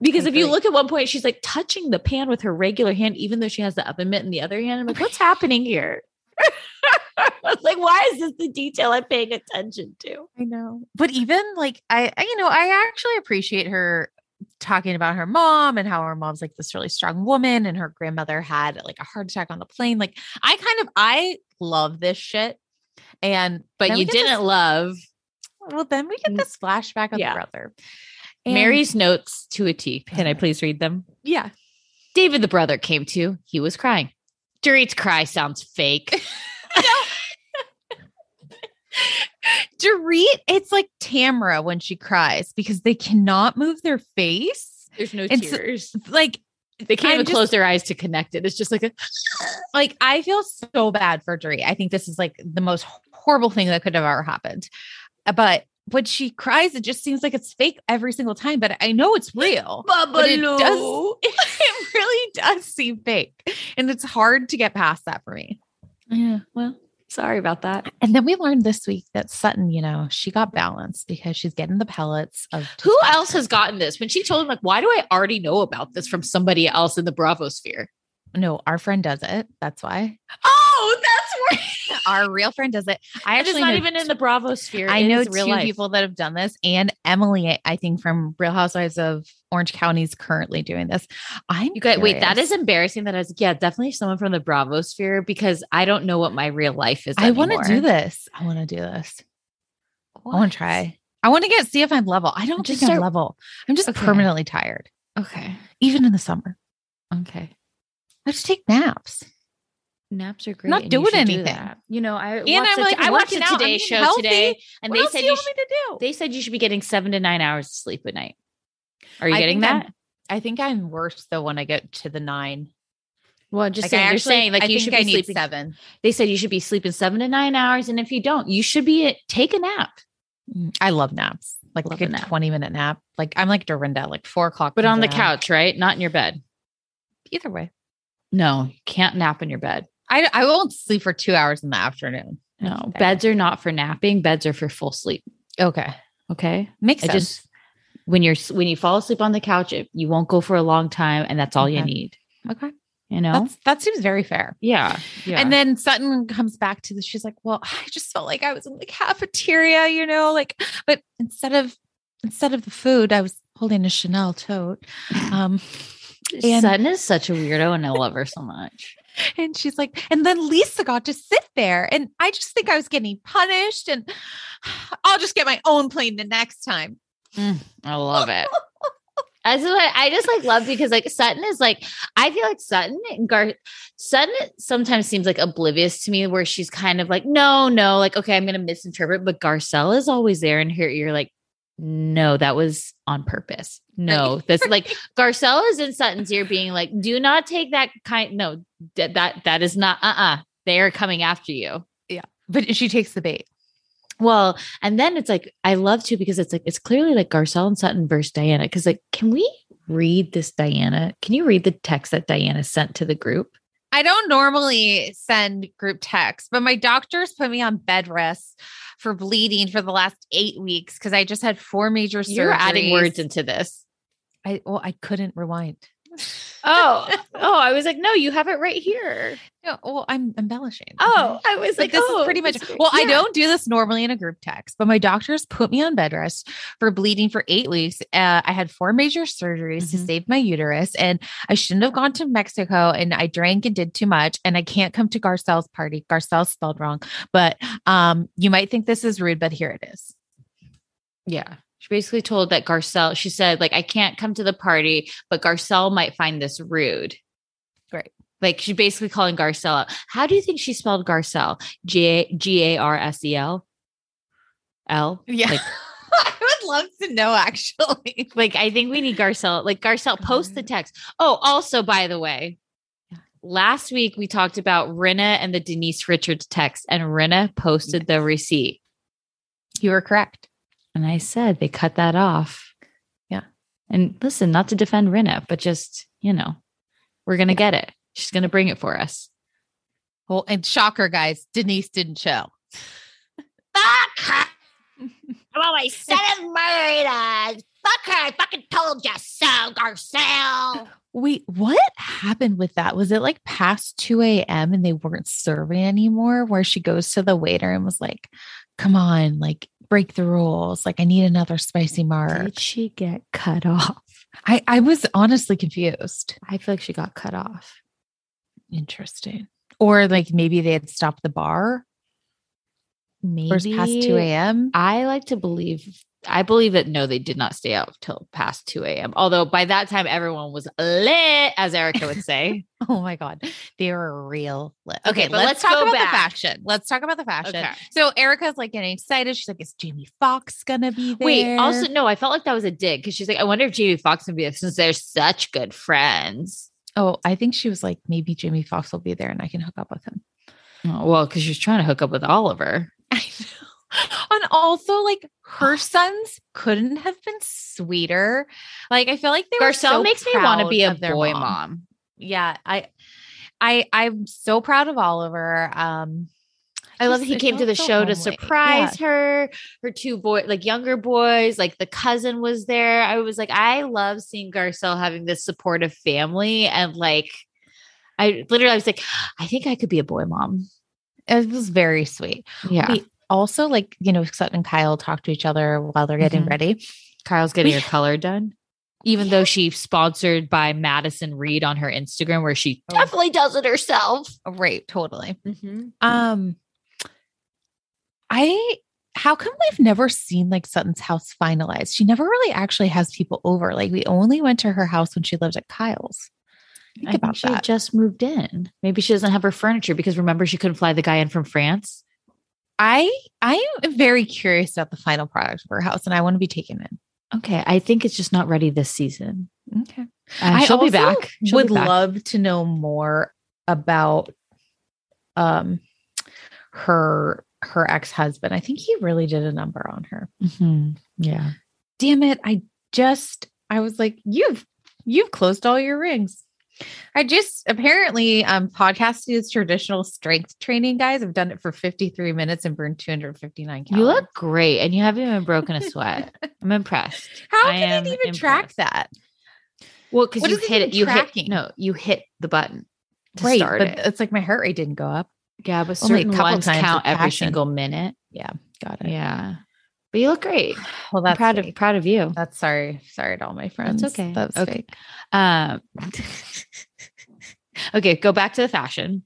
Because
I
if you
agree.
look at one point, she's like touching the pan with her regular hand, even though she has the oven mitt in the other hand. I'm like, what's happening here? like, why is this the detail I'm paying attention to?
I know. But even like I, I you know, I actually appreciate her talking about her mom and how her mom's like this really strong woman and her grandmother had like a heart attack on the plane. Like I kind of I love this shit. And
But
then we
you
get this-
didn't love
well then we get this flashback of
Yeah.
the brother. And-
Mary's notes to a T. Can I please read them?
Yeah.
David the brother came to. He was crying. Dorit's cry sounds fake.
Dorit, it's like Tamara when she cries because they cannot move their face.
There's no
It's-
tears.
Like
They can't
I'm
even
just-
close their eyes to connect it. It's just like a
like I feel so bad for Dorit. I think this is like the most horrible thing that could have ever happened. Uh, But when she cries, it just seems like it's fake every single time. But I know it's real. But it does. It really does seem fake, and it's hard to get past that for me.
Yeah. Well, sorry about that.
And then we learned this week that Sutton, you know, she got balanced because she's getting the pellets of
Who else has gotten this? When she told him, like, why do I already know about this from somebody else in the Bravo sphere?
No, our friend does it. That's why
Oh, that's where
our real friend does it. I
it's
actually
not
know
even in the Bravo sphere.
I
It
know
is
two
real life.
people that have done this, and Emily, I think, from Real Housewives of Orange County is currently doing this. I'm
You guys, wait, that
curious.
is embarrassing. That I was like, yeah, definitely someone from the Bravo sphere because I don't know what my real life is.
I want to do
anymore.
this. I want to do this. I want to try. I want to get see if I'm level. I don't
Just
think I'm
start-
level. I'm just
Okay.
permanently tired,
Okay.
even in the summer.
Okay.
I just take naps.
Naps are great.
not
and you
doing
should do
anything.
that. you know, I and
I'm
I'm
like,
like,
I'm
I watched the
working out, I'm
Today
eating
Show
healthy.
today, and
And what
they
else
said
do you
you
want
sh-
me to do?
they said you should be getting seven to nine hours of sleep a night. Are you
I
getting
think I'm-
that?
I think I'm worse though when I get to the nine.
well, just
Like,
saying,
I
you're
actually-
saying like
I
you
think
should
I
be
need
sleeping.
seven.
They said you should be sleeping seven to nine hours, and if you don't, you should be uh, take a nap.
Mm, I love naps, like,
Love
like
a
a
nap.
twenty minute nap. Like I'm like Dorinda, like four o'clock.
But
comes
on the
around.
couch, right? Not in your bed.
Either way,
No, you can't nap in your bed.
I I won't sleep for two hours in the afternoon.
No,
Okay.
beds are not for napping. Beds are for full sleep.
Okay,
Okay,
makes
I
sense.
just when you're when you fall asleep on the couch, it, you won't go for a long time, and that's all you
Okay.
need.
okay,
You know?
That's, that seems very fair.
yeah, yeah.
And then Sutton comes back to this. She's like, "Well, I just felt like I was in the cafeteria, you know, like, but instead of instead of the food, I was holding a Chanel tote." Um, and-
Sutton is such a weirdo, and I love her so much.
and she's like, and then Lisa got to sit there, and I just think I was getting punished, and I'll just get my own plane the next time.
I love it. That's what I just like love because like Sutton is like I feel like Sutton and Gar Sutton sometimes seems like oblivious to me where she's kind of like no no like okay I'm gonna misinterpret but Garcelle is always there and here you're like no that was on purpose no that's like Garcelle is in Sutton's ear being like do not take that kind no that that, that is not uh uh they are coming after you
But she takes the bait.
Well, and then it's like I love to because it's like it's clearly like Garcelle and Sutton versus Diana. Because like, can we read this Diana? Can you read the text that Diana sent to the group?
I don't normally send group texts, but my doctors put me on bed rest for bleeding for the last eight weeks because I just had four major surgeries.
You're adding words into this.
I well, I couldn't rewind.
Oh, oh, I was like, no, you have it right here.
No, well, I'm embellishing.
Oh, I was
Like, this is pretty much well. I don't do this normally in a group text, but my doctors put me on bed rest for bleeding for eight weeks. Uh, I had four major surgeries to
Mhm.
save my uterus, and I shouldn't have gone to Mexico. And I drank and did too much, and I can't come to Garcelle's party. Garcelle spelled wrong, but um, you might think this is rude, but here it is.
Yeah. She basically told that Garcelle, she said, like, I can't come to the party, but Garcelle might find this rude.
Right.
Like she's basically calling Garcelle out. How do you think she spelled Garcelle? G G A R S E L? L?
Yeah.
Like-
I would love to know actually.
Like, I think we need Garcelle. Like, Garcelle, post the text. Oh, also, by the way, last week we talked about Rinna and the Denise Richards text, and Rinna posted the receipt.
You were correct.
And I said they cut that off.
Yeah.
And listen, not to defend Rinna, but just, you know, we're going to get it. She's going to bring it for us.
Well, and shocker, guys, Denise didn't show.
Fuck her. I'm on my seventh murder. Fuck her. I fucking told you so, Garcelle.
Wait, what happened with that? Was it like past 2 a.m. and they weren't serving anymore? Where she goes to the waiter and was like, come on, like break the rules. Like, I need another spicy mark.
Did she get cut off?
I, I was honestly confused.
I feel like she got cut off.
Interesting. Or like maybe they had stopped the bar
Maybe.
or it was past 2 a.m.
I like to believe, I believe that no, they did not stay out till past 2 a.m. Although by that time, everyone was lit, as Erica would say.
Oh my God. They were real lit.
Okay, but let's go
about
back.
the fashion. Let's talk about the fashion.
Okay.
So Erica's like getting excited. She's like, is Jamie Foxx gonna be there?
Wait, also, no, I felt like that was a dig because she's like, I wonder if Jamie Foxx would be there since they're such good friends.
Oh, I think she was like, maybe Jamie Foxx will be there and I can hook up with him.
Oh, well, because she was trying to hook up with Oliver.
I know. And also, like, her sons couldn't have been sweeter. Like, I feel like they were
Garcelle
so
makes me want to
proud
be a
of their
boy mom.
Yeah, I, I, I'm so proud of Oliver. Um,
I love
just-
he
it
came to the
felt so
show to
homely.
surprise her. Her two boy, like younger boys, like the cousin was there. I was like, I love seeing Garcelle having this supportive family, and like, I literally I was like, I think I could be a boy mom.
Yeah, it was very sweet.
Yeah,
We also, like, you know, Sutton and Kyle talk to each other while they're getting
Mhm.
ready.
Kyle's getting
we-
her color done, even though she's sponsored by Madison Reed on her Instagram, where she
Definitely does it herself.
Mm-hmm.
Right, totally. Um, I how come we've never seen like Sutton's house finalized? She never really actually has people over. Like we only went to her house when she lived at Kyle's. Think
I think
about
she
that.
just moved in. Maybe she doesn't have her furniture because remember she couldn't fly the guy in from France.
I I am very curious about the final product of her house, and I want to be taken in.
Okay, I think it's just not ready this season.
Okay,
Uh,
I
she'll be
also
back. She'll be
would
back.
love to know more about um her her ex husband. I think he really did a number on her.
Mhm. Yeah.
damn it i just i was like you've you've closed all your rings i just apparently um podcasting is traditional strength training guys i've done it for 53 minutes and burned 259 calories
You look great and you haven't even broken a sweat. I'm impressed.
how
I
can
am
it even track
impressed.
that
Well, because
What
you
is it
hit
even
it. You
tracking?
hit no, you hit the button to
right
start
but
it.
it's like my heart rate didn't go up
Yeah, but
only a
certain
couple
ones
times
count
with
every
passion.
single minute.
got it
Yeah. But you look great.
well
I'm
that's
proud
fake.
of proud of you.
that's sorry sorry to all my friends
okay.
that's
Okay.
fake
Um Okay, go back to the fashion.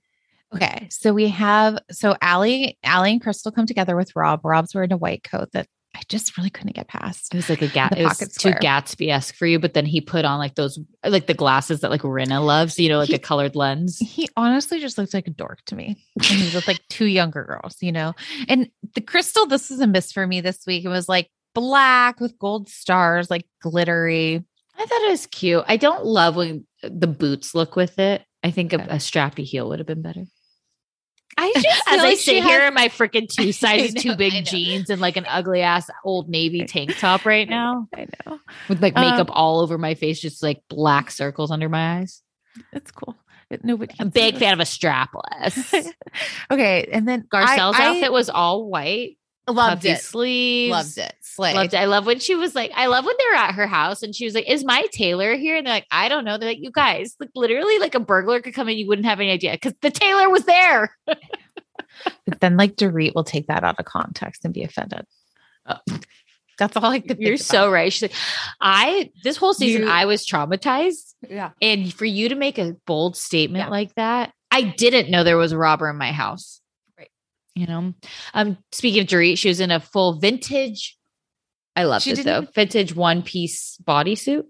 Okay, so we have so Allie, Allie and Crystal come together with Rob. Rob's wearing a white coat that I just really couldn't get past.
It was like a Gat.
The
It was
pocket
too
square.
Gatsby esque for you, but then he put on like those, like the glasses that like Rena loves. You know, like
He-
the colored lens.
He honestly just looks like a dork to me. And he's with like two younger girls, you know. And the Crystal, this was a miss for me this week. It was like black with gold stars, like glittery.
I thought it was cute. I don't love when the boots look with it. I think a,
Okay.
a strappy heel would have been better.
I just
As
feel
I
like she
sit
has-
here in my freaking two sizes,
know,
too big
I know.
jeans, and like an ugly ass old navy tank top right now
I know
with like
Um,
makeup all over my face, just like black circles under my eyes.
it's cool. But nobody.
A big fan of a strapless.
okay, and then I-
Garcelle's
I
outfit was all white,
Loved
puffy
it.
sleeves,
Loved it. Slay.
Loved it. I love when she was like, I love when they were at her house and she was like, Is my tailor here? And they're like, I don't know. They're like, You guys, like literally like a burglar could come in, you wouldn't have any idea because the tailor was there.
But then like Dorit will take that out of context and be offended.
Oh.
That's all I could think
You're
about.
so right. She's like, I this whole season
You-
I was traumatized.
Yeah.
And for you to make a bold statement like that, I didn't know there was a robber in my house.
Right.
You know? Um, speaking of Dorit, she was in a full vintage. I love
She
this
didn't
though. Vintage one piece bodysuit.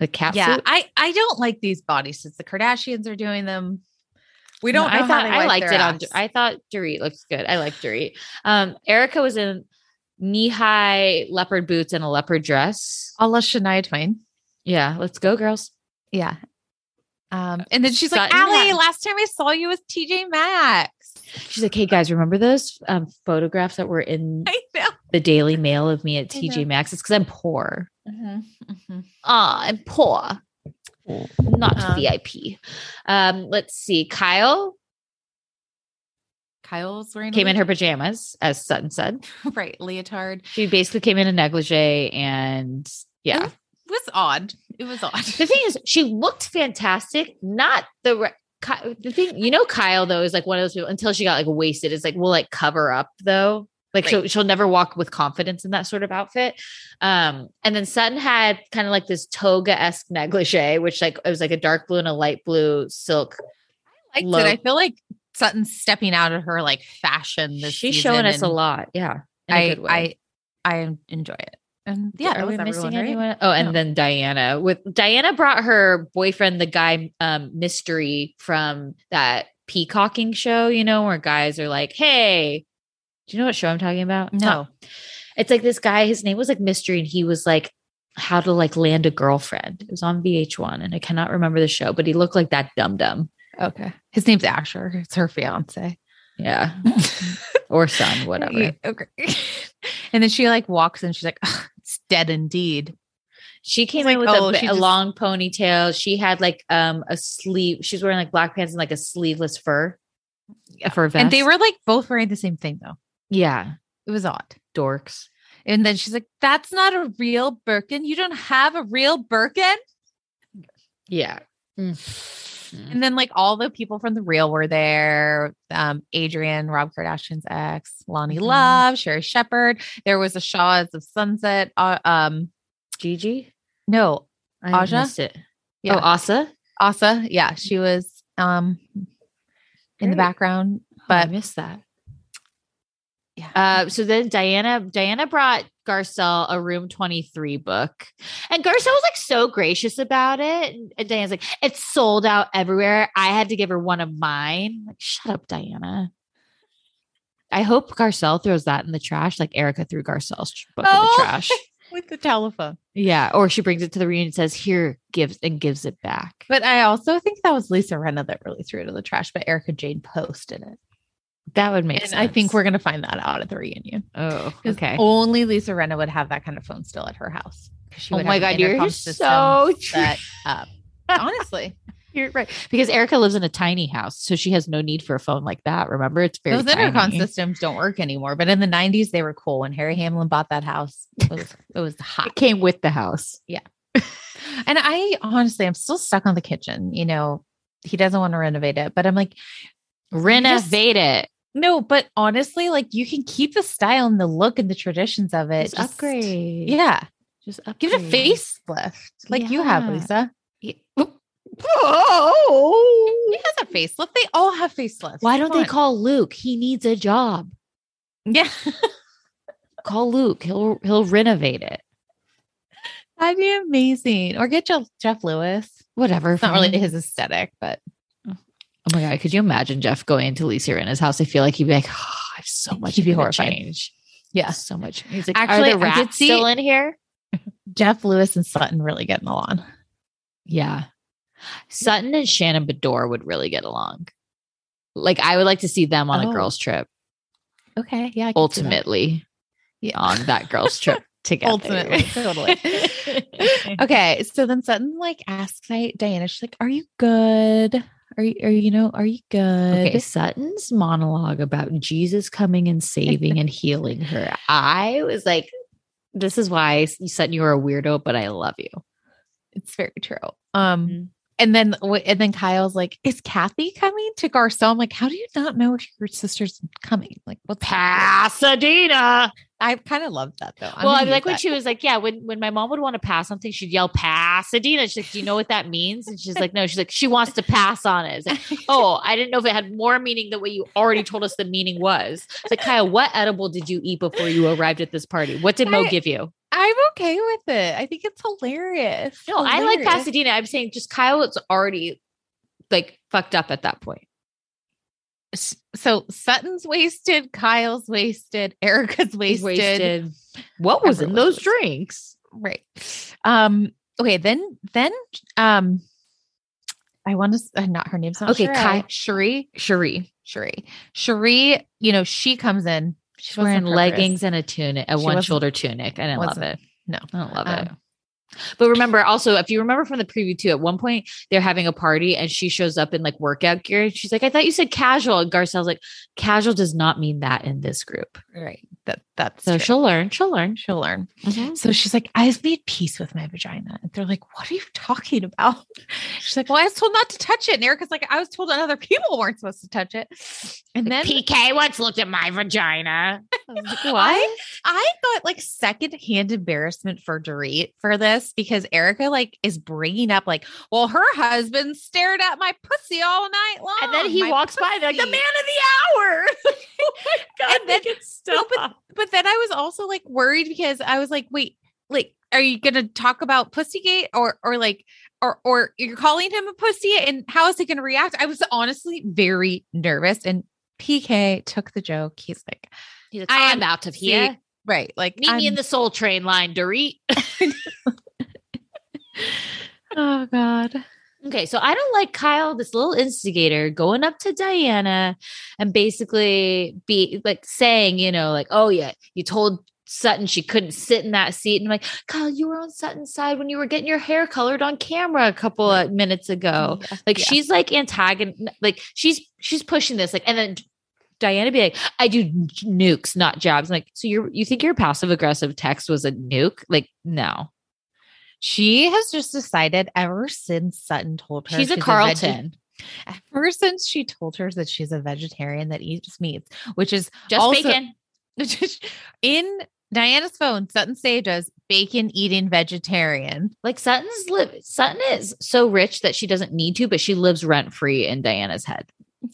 The cat
yeah,
suit.
I I don't like these bodysuits. The Kardashians are doing them. We don't.
I
know how
thought
they
I
wipe
liked
their
it on.
ass.
I thought Dorit looks good. I like Dorit. Um, Erica was in knee high leopard boots and a leopard dress.
a la Shania Twain.
Yeah, let's go, girls.
Yeah. Um, and then she's like,
Sutton
Allie,
had-
last time I saw you was TJ Maxx.
She's like, hey guys, remember those um, photographs that were in
I know.
the Daily Mail of me at
I
TJ
know. Mm-hmm,
Maxx? It's because I'm poor. Ah, I'm poor. Not
Um,
VIP. Um, let's see. Kyle
Mm-hmm. Kyle's wearing a
came in her pajamas, as Sutton said.
le- right leotard.
She basically came in a negligee and yeah.
It was odd. It was odd.
The thing is, she looked fantastic. Not the re- Ky- the thing, you know. Kyle though is like one of those people. Until she got like wasted, it's like we'll like cover up though. Like she'll, she'll never walk with confidence in that sort of outfit. Um, and then Sutton had kind of like this toga esque negligee, which like it was like a dark blue and a light blue silk.
I liked
low-
it. I feel like Sutton's stepping out of her like fashion this
She's
season
showing us a
and-
lot. Yeah, in a
I
good way.
I I enjoy it. And yeah,
are
that
we
was
missing
everyone, right?
anyone? Oh, and
No.
then Diana with Diana brought her boyfriend, the guy um, mystery from that peacocking show, you know, where guys are like, "Hey, do you know what show I'm talking about?"
No.
Not- it's like this guy. His name was like Mystery, and he was like, "How to like land a girlfriend." It was on VH1, and I cannot remember the show, but he looked like that dum dum.
Okay. His name's Asher. It's her fiance.
Yeah, or son, whatever.
Yeah, okay. and then she like walks and she's like, "Ugh, it's dead indeed.
She came
was
in
like,
with a
oh,
bi-
she
a,
just-
long ponytail. She had like um a sleeve. She's wearing like black pants and like a sleeveless fur, a fur vest.
And they were like both wearing the same thing though.
yeah,
It was odd.
dorks.
And then she's like, that's not a real Birkin. You don't have a real Birkin.
Yeah, Mm.
And then like all the people from the real were there. Um, Adrian, Rob Kardashian's ex, Lonnie
Mhm.
Love, Sherry Shepard. There was a Shaw's of Sunset. Uh, um,
Gigi.
no,
I
Aja?
missed it.
Yeah.
Oh, Asa.
Asa, yeah, she was um in
Great.
the background,
But Oh, I
but
missed that.
yeah, Yeah.
Uh, so then Diana Diana brought Garcelle a Room 23 book. And Garcelle was like so gracious about it. And, and Diana's like, it's sold out everywhere. I had to give her one of mine. Like, shut up, Diana. I hope Garcelle throws that in the trash, like Erica threw Garcelle's tr- book
Oh.
in the trash.
with the telephone.
Yeah. Or she brings it to the reunion and says, here, gives and gives it back.
But I also think that was Lisa Renna that really threw it in the trash, but Erica Jade posted it.
that would make
And
sense.
I think we're going to find that out at the reunion.
Oh,
'Cause
okay.
Only Lisa Renna would have that kind of phone still at her house. 'Cause she
Oh
would
my
have an
God, you're
intercom
so
system
true.
set up. Honestly,
You're right. Because Erica lives in a tiny house, so she has no need for a phone like that. Remember, it's very
those intercom
tiny.
systems don't work anymore. But in the 90s, they were cool. When Harry Hamlin bought that house, it was, it was hot.
It came with the house.
And I honestly, I'm still stuck on the kitchen. You know, he doesn't want to renovate it, but I'm like,
Renovate it.
no, but honestly, like you can keep the style and the look and the traditions of it.
Just
Just-
upgrade.
Yeah.
Just upgrade.
Give it a facelift like you have,
Yeah.
Lisa.
Yeah.
Oh, he has a facelift. They all have facelifts.
Why don't
Come
they
on.
call Luke? He needs a job.
Yeah.
Call Luke. He'll he'll renovate it.
That'd be amazing. Or get Jeff, Jeff Lewis.
Whatever.
It's not really
fine.
his aesthetic, but
Oh my god! Could you imagine Jeff going into Lisa Rinna's house? I feel like he'd be like, oh, I have so much.
He'd be
I'm gonna
horrified.
Change.
Yeah.
so much. He's like,
Actually,
actually, are the
I did
rats
see-
still in here?
Jeff Lewis and Sutton really getting along.
Yeah. Sutton and Shannon Bedore would really get along. Like I would like to see them on
Oh.
a girls trip
Okay. Yeah. I can see that.
ultimately
Yeah.
on that girls trip together.
Ultimately, totally. Uh, okay. So then Sutton like asks Di- Diana, she's like, Are you good? Are you, are you, you know, are you good?
Okay, Sutton's monologue about Jesus coming and saving and healing her. I was like, this is why Sutton, you are a weirdo, but I love you.
It's very true. Um, and then w- and then Kyle's like, "Is Kathy coming to Garcelle?" I'm like, "How do you not know if your sister's coming?" Like, what's
Pasadena.
I kind of loved that though. I'm
well, I
gonna
like
use
when
that.
she was like, yeah, when when my mom would want to pass something, she'd yell Pasadena. She's like, do you know what that means? And she's like, no. She's like, she wants to pass on it. It's like, oh, I didn't know if it had more meaning than what you already told us the meaning was. It's like, Kyle, what edible did you eat before you arrived at this party? What did Mo
I-
give you?
I'm okay with it. I think it's hilarious.
No, I like
Hilarious.
Pasadena. I'm saying just Kyle is already like fucked up at that point.
S- So Sutton's wasted, Kyle's wasted, Erica's
He's
wasted.
wasted. What was in
Everyone's
those drinks?
Right. Um. Okay. Then then um. I want to uh, not her name's not
Okay, Ky-
Sheree.
Cherie.
Sheree. Sheree. You know she comes in. She's
She's wearing leggings and a tunic, a
She
one
wasn't-
shoulder tunic. I didn't love it.
wasn't- no.
I don't love
Um,
it. But remember also, if you remember from the preview too, at one point they're having a party and she shows up in like workout gear. And she's like, I thought you said casual. And Garcelle's like, casual does not mean that in this group.
Right. That that's
So
true.
she'll learn. She'll learn. Mm-hmm.
she'll learn. So she's like, I've made peace with my vagina. And they're like, What are you talking about? She's like, Well, I was told not to touch it. And Erica's like, I was told that other people weren't supposed to touch it. And then
PK once looked at my vagina.
I, I got like secondhand embarrassment for Dorit for this because Erica like is bringing up like, well, her husband stared at my pussy all night long.
And then he
my
walks by, they're like, the
pussy."
man of the hour. oh my God.
And
they
then-
can
No, but, but then I was also like worried because I was like, wait, like, are you gonna talk about Pussygate or or like or or you're calling him a pussy and how is he gonna react? I was honestly very nervous and PK took the joke. He's like,
He's like,
I
I'm out of
see,
here.
right, like
Meet me in the soul train line, Dorit.
oh god.
Okay, so I don't like Kyle, this little instigator, going up to Diana and basically be like saying, you know, like, oh yeah, you told Sutton she couldn't sit in that seat. And I'm like, Kyle, you were on Sutton's side when you were getting your hair colored on camera a couple of minutes ago. Like
Mm-hmm. yeah.
she's like antagon like she's she's pushing this, like, and then Diana be like, I do n- nukes, not jabs. I'm like, so you're you think your passive aggressive text was a nuke? Like, no.
She has just decided ever since Sutton told her
She's a
veggie-
Carlton.
ever since she told her that she's a vegetarian that eats meats, which is
Just
Also-
bacon.
in Diana's phone, Sutton saved us bacon eating vegetarian.
Like Sutton's live Sutton is so rich that she doesn't need to, but she lives rent free in Diana's head.
I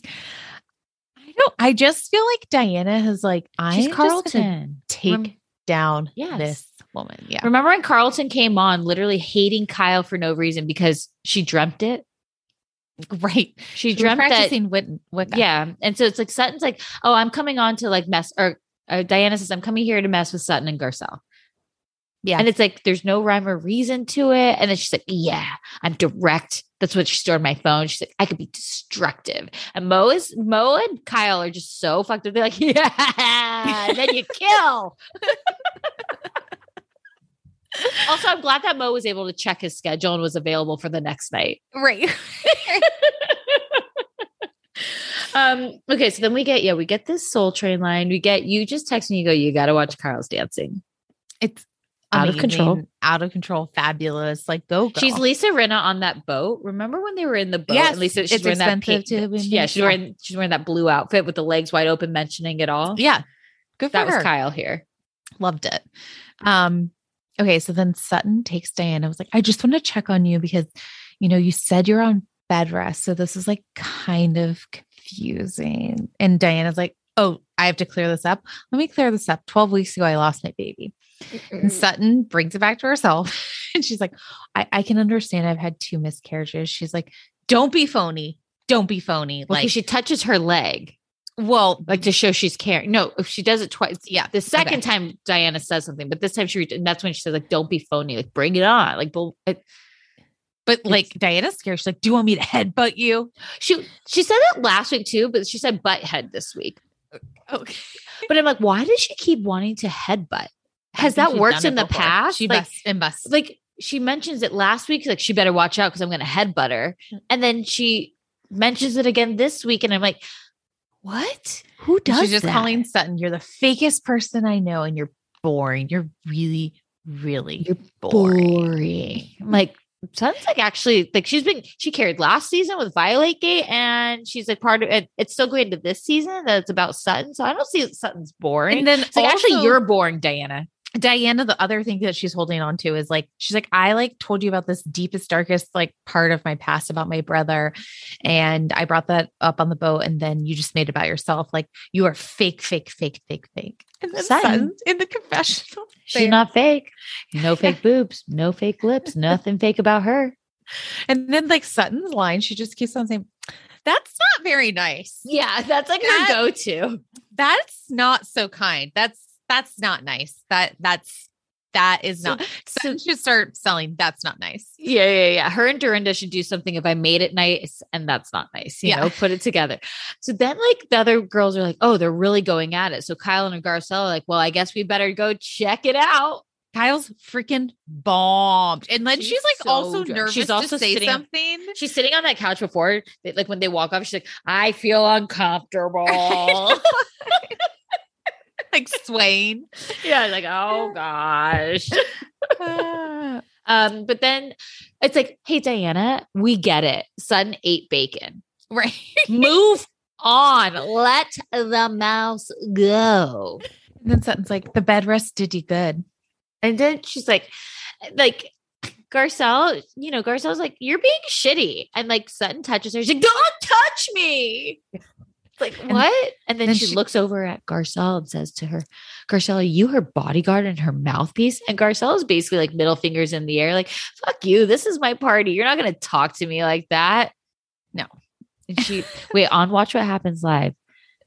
I don't. I just feel like Diana has like I
She's
am just gonna
Carlton.
take
Rem-
down
Yes.
this woman. Yeah.
Remember when Carlton came on, literally hating Kyle for no reason because she dreamt it.
Right.
She,
She
dreamt that
practicing Wicca. Wicca.
Yeah. And so it's like Sutton's like, oh, I'm coming on to like mess or uh, Diana says, I'm coming here to mess with Sutton and Garcelle.
Yeah.
And it's like, there's no rhyme or reason to it. And then she's like, yeah, I'm direct. That's what she stored on my phone. She's like, I could be destructive. And Mo is, Mo and Kyle are just so fucked up. They're like, yeah, and then you kill. also, I'm glad that Mo was able to check his schedule and was available for the next night.
Right.
Um, okay, so then we get, yeah, we get this soul train line. We get you just text me, you go, you gotta watch Carl's dancing.
It's
Out of control.
amazing, Out of control. Fabulous. Like go. Girl.
She's Lisa Rinna on that boat. Remember when they were in the boat?
Yes,
and Lisa, she's
it's
wearing that pink,
expensive to women.
yeah, she's wearing she's wearing that blue outfit with the legs wide open, mentioning it all.
Yeah. Good for
that was
her.
Kyle here.
Loved it. Um. Okay. So then Sutton takes Diana. Was like, I just want to check on you because, you know, you said you're on bed rest, so this is like kind of confusing. And Diana's like, Oh, I have to clear this up. Let me clear this up. Twelve weeks ago, I lost my baby. And Sutton brings it back to herself. And she's like, I, I can understand I've had two miscarriages. She's like, don't be phony. Don't be phony.
Like
like,
she touches her leg,
well,
like to show she's caring. No, if she does it twice.
yeah.
The second time Diana says something, but this time she, re- and that's when she says, like, don't be phony, like, bring it on. Like, bull- it-
But like, Diana's scared. She's like, do you want me to headbutt you?
she, she said it last week too, but she said butt head this week.
Okay.
But I'm like, why does she keep wanting to headbutt? Has
I think
that
she's
worked in
done it
the
before.
past?
She
like,
must, it must.
like she mentions it last week. Like she better watch out because I'm going to headbutt her. And then she mentions it again this week, and I'm like, what? Who does
she's just
that?
calling Sutton, you're the fakest person I know. And you're boring. You're really, really
You're
boring.
boring? I'm like. Sounds like actually like she's been she carried last season with Violate Gate and she's like part of it. It's still going to this season that it's about Sutton, so I don't see that Sutton's boring.
And then
it's like actually
also-
you're boring, Diana.
Diana, the other thing that she's holding on to is like, she's like, I like told you about this deepest, darkest, like part of my past about my brother. And I brought that up on the boat. And then you just made it about yourself. Like, you are fake, fake, fake, fake, fake. And then
Sutton.
Sutton in the confessional.
She's not fake. No fake boobs, no fake lips, nothing fake about her.
And then, like, Sutton's line, she just keeps on saying, That's not very nice.
Yeah, that's like
That-
her go-to.
That's not so kind. That's, that's not nice. That, that's, that is
So-
not. Sutton should start selling. That's not nice.
Yeah, yeah, yeah. Her and Dorinda should do something if I made it nice, and that's not nice. You
Yeah.
know, put it together. So then, like the other girls are like, "Oh, they're really going at it." So Kyle and Garcelle are like, "Well, I guess we better go check it out."
Kyle's freaking bombed. And then she's,
She's
like
so
also
drunk.
nervous
She's also
to say
sitting on-
something.
She's sitting on that couch before, they, like when they walk off, she's like, "I feel uncomfortable."
like swaying.
yeah, like oh gosh.
Uh,
Um, but then it's like, "Hey, Diana, we get it. Sutton ate bacon."
right.
Move on. Let the mouse go.
And then Sutton's like, the bed rest did you good.
And then she's like, like Garcelle, you know, Garcelle's like, you're being shitty. And like Sutton touches her. She's like, don't touch me. It's like, what? And then,
then
she,
she-
looks over at Garcelle and says to her, Garcelle, are you her bodyguard and her mouthpiece? And Garcelle is basically like middle fingers in the air, like, fuck you. This is my party. You're not going to talk to me like that.
No.
And she, wait, on Watch What Happens Live,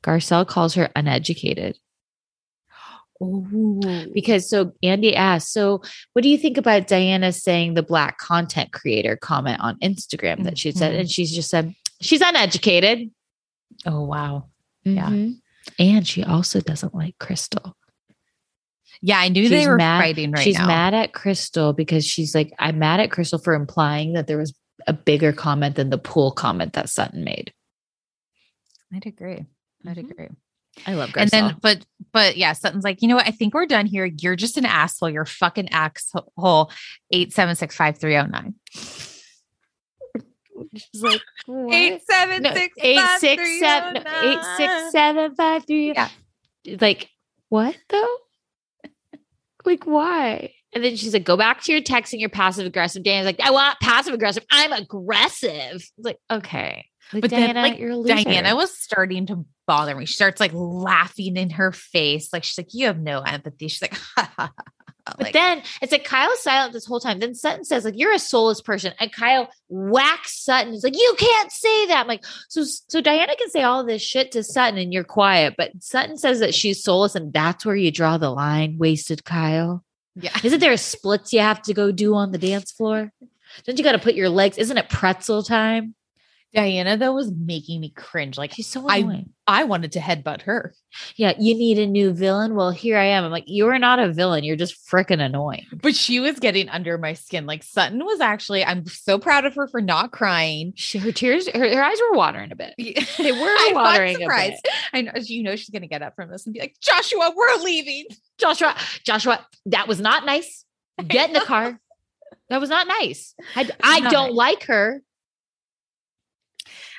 Garcelle calls her uneducated because so Andy asked, so what do you think about Diana saying the black content creator comment on Instagram that she said?
Mhm.
And she's just said, she's uneducated.
Oh wow. Yeah.
Mhm. And she also doesn't like Crystal.
Yeah, I knew
She's
they were
mad-
fighting right
she's
now.
mad at Crystal because she's like, I'm mad at Crystal for implying that there was a bigger comment than the pool comment that Sutton made.
I'd agree. I'd
Mm-hmm.
agree.
I love Garcelle.
And then, but, but yeah, Sutton's like, you know what? I think we're done here. You're just an asshole. You're a fucking asshole. Eight seven six five three zero nine.
she's like, what?
seven
No, eight, six, oh seven- no, eight, six, seven, five, three.
oh, Yeah.
Like, what though? like, why? And then she's like, go back to your texting, your passive aggressive. Dan's like, I want passive aggressive. I'm aggressive. It's like, okay.
Like,
But then,
Diana,
like,
you're a loser.
Diana was starting to bother me. She starts like laughing in her face. Like she's like, you have no empathy. She's like, ha, ha, ha, ha.
But
Like,
then it's like Kyle's silent this whole time. Then Sutton says, like, you're a soulless person. And Kyle whacks Sutton. He's like, you can't say that. I'm like, so so Diana can say all this shit to Sutton and you're quiet. But Sutton says that she's soulless, and that's where you draw the line, wasted Kyle.
yeah.
Isn't there a splits you have to go do on the dance floor? Don't you gotta put your legs? Isn't it pretzel time?
Diana though was making me cringe. Like
She's so
I-
annoying.
I wanted to headbutt her.
yeah, you need a new villain. Well, here I am. I'm like, you're not a villain. You're just freaking annoying.
But she was getting under my skin. Like Sutton was actually, I'm so proud of her for not crying.
she, her tears, her, her eyes were watering a bit.
They
were watering a
I know you know she's gonna get up from this and be like, Joshua, we're leaving.
Joshua, Joshua, that was not nice. Get in the car. That was not nice. I, I
Not
don't like her.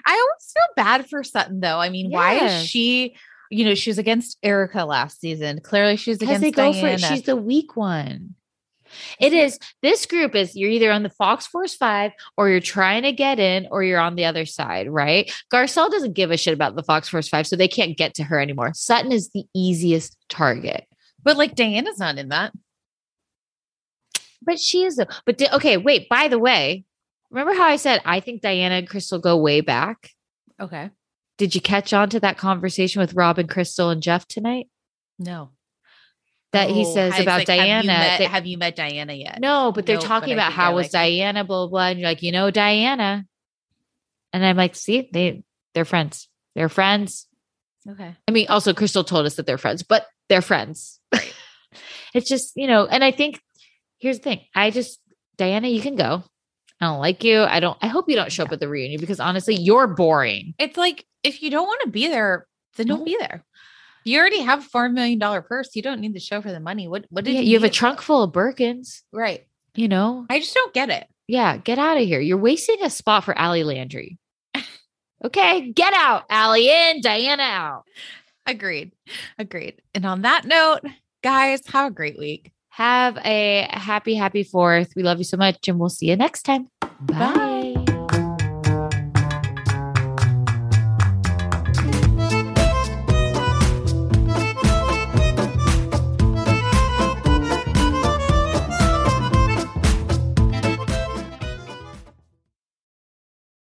I always feel bad for Sutton though. I mean, why
Yes.
is she? You know, she was against Erica last season. Clearly, she's
Because
against
they go for
Diana.
it. She's the weak one. It is this group is you're either on the Fox Force Five or you're trying to get in or you're on the other side, right? Garcelle doesn't give a shit about the Fox Force Five, so they can't get to her anymore. Sutton is the easiest target.
but like Diana's not in that.
But she is though. But di- okay, wait. By the way, remember how I said I think Diana and Crystal go way back?
Okay.
Did you catch on to that conversation with Robin, Crystal, and Jeff tonight?
No.
That he
Oh,
says
I was
about
like, have you
Diana.
met- Have you,
that-
met, Diana yet?
no, but they're
No, but
talking
I
about
think
how
I
was
like it.
Diana, blah, blah, blah. And you're like, you know, Diana. And I'm like, see, they they're friends. They're friends.
Okay.
I mean, also Crystal told us that they're friends, but they're friends. it's just, you know, and I think here's the thing. I just Diana, you can go. I don't like you. I don't I hope you don't show up at the reunion because honestly, you're boring.
It's like if you don't want to be there, then don't
No.
be there. You already have a four million dollar purse. You don't need the show for the money. What what did
Yeah, you have a
need?
trunk full of Birkins,
Right.
you know?
I just don't get it.
Yeah, get out of here. You're wasting a spot for Allie Landry. Okay, get out, Allie in, Diana out.
Agreed. Agreed. And on that note, guys, have a great week.
Have a happy, happy fourth. We love you so much, and we'll see you next time. Bye.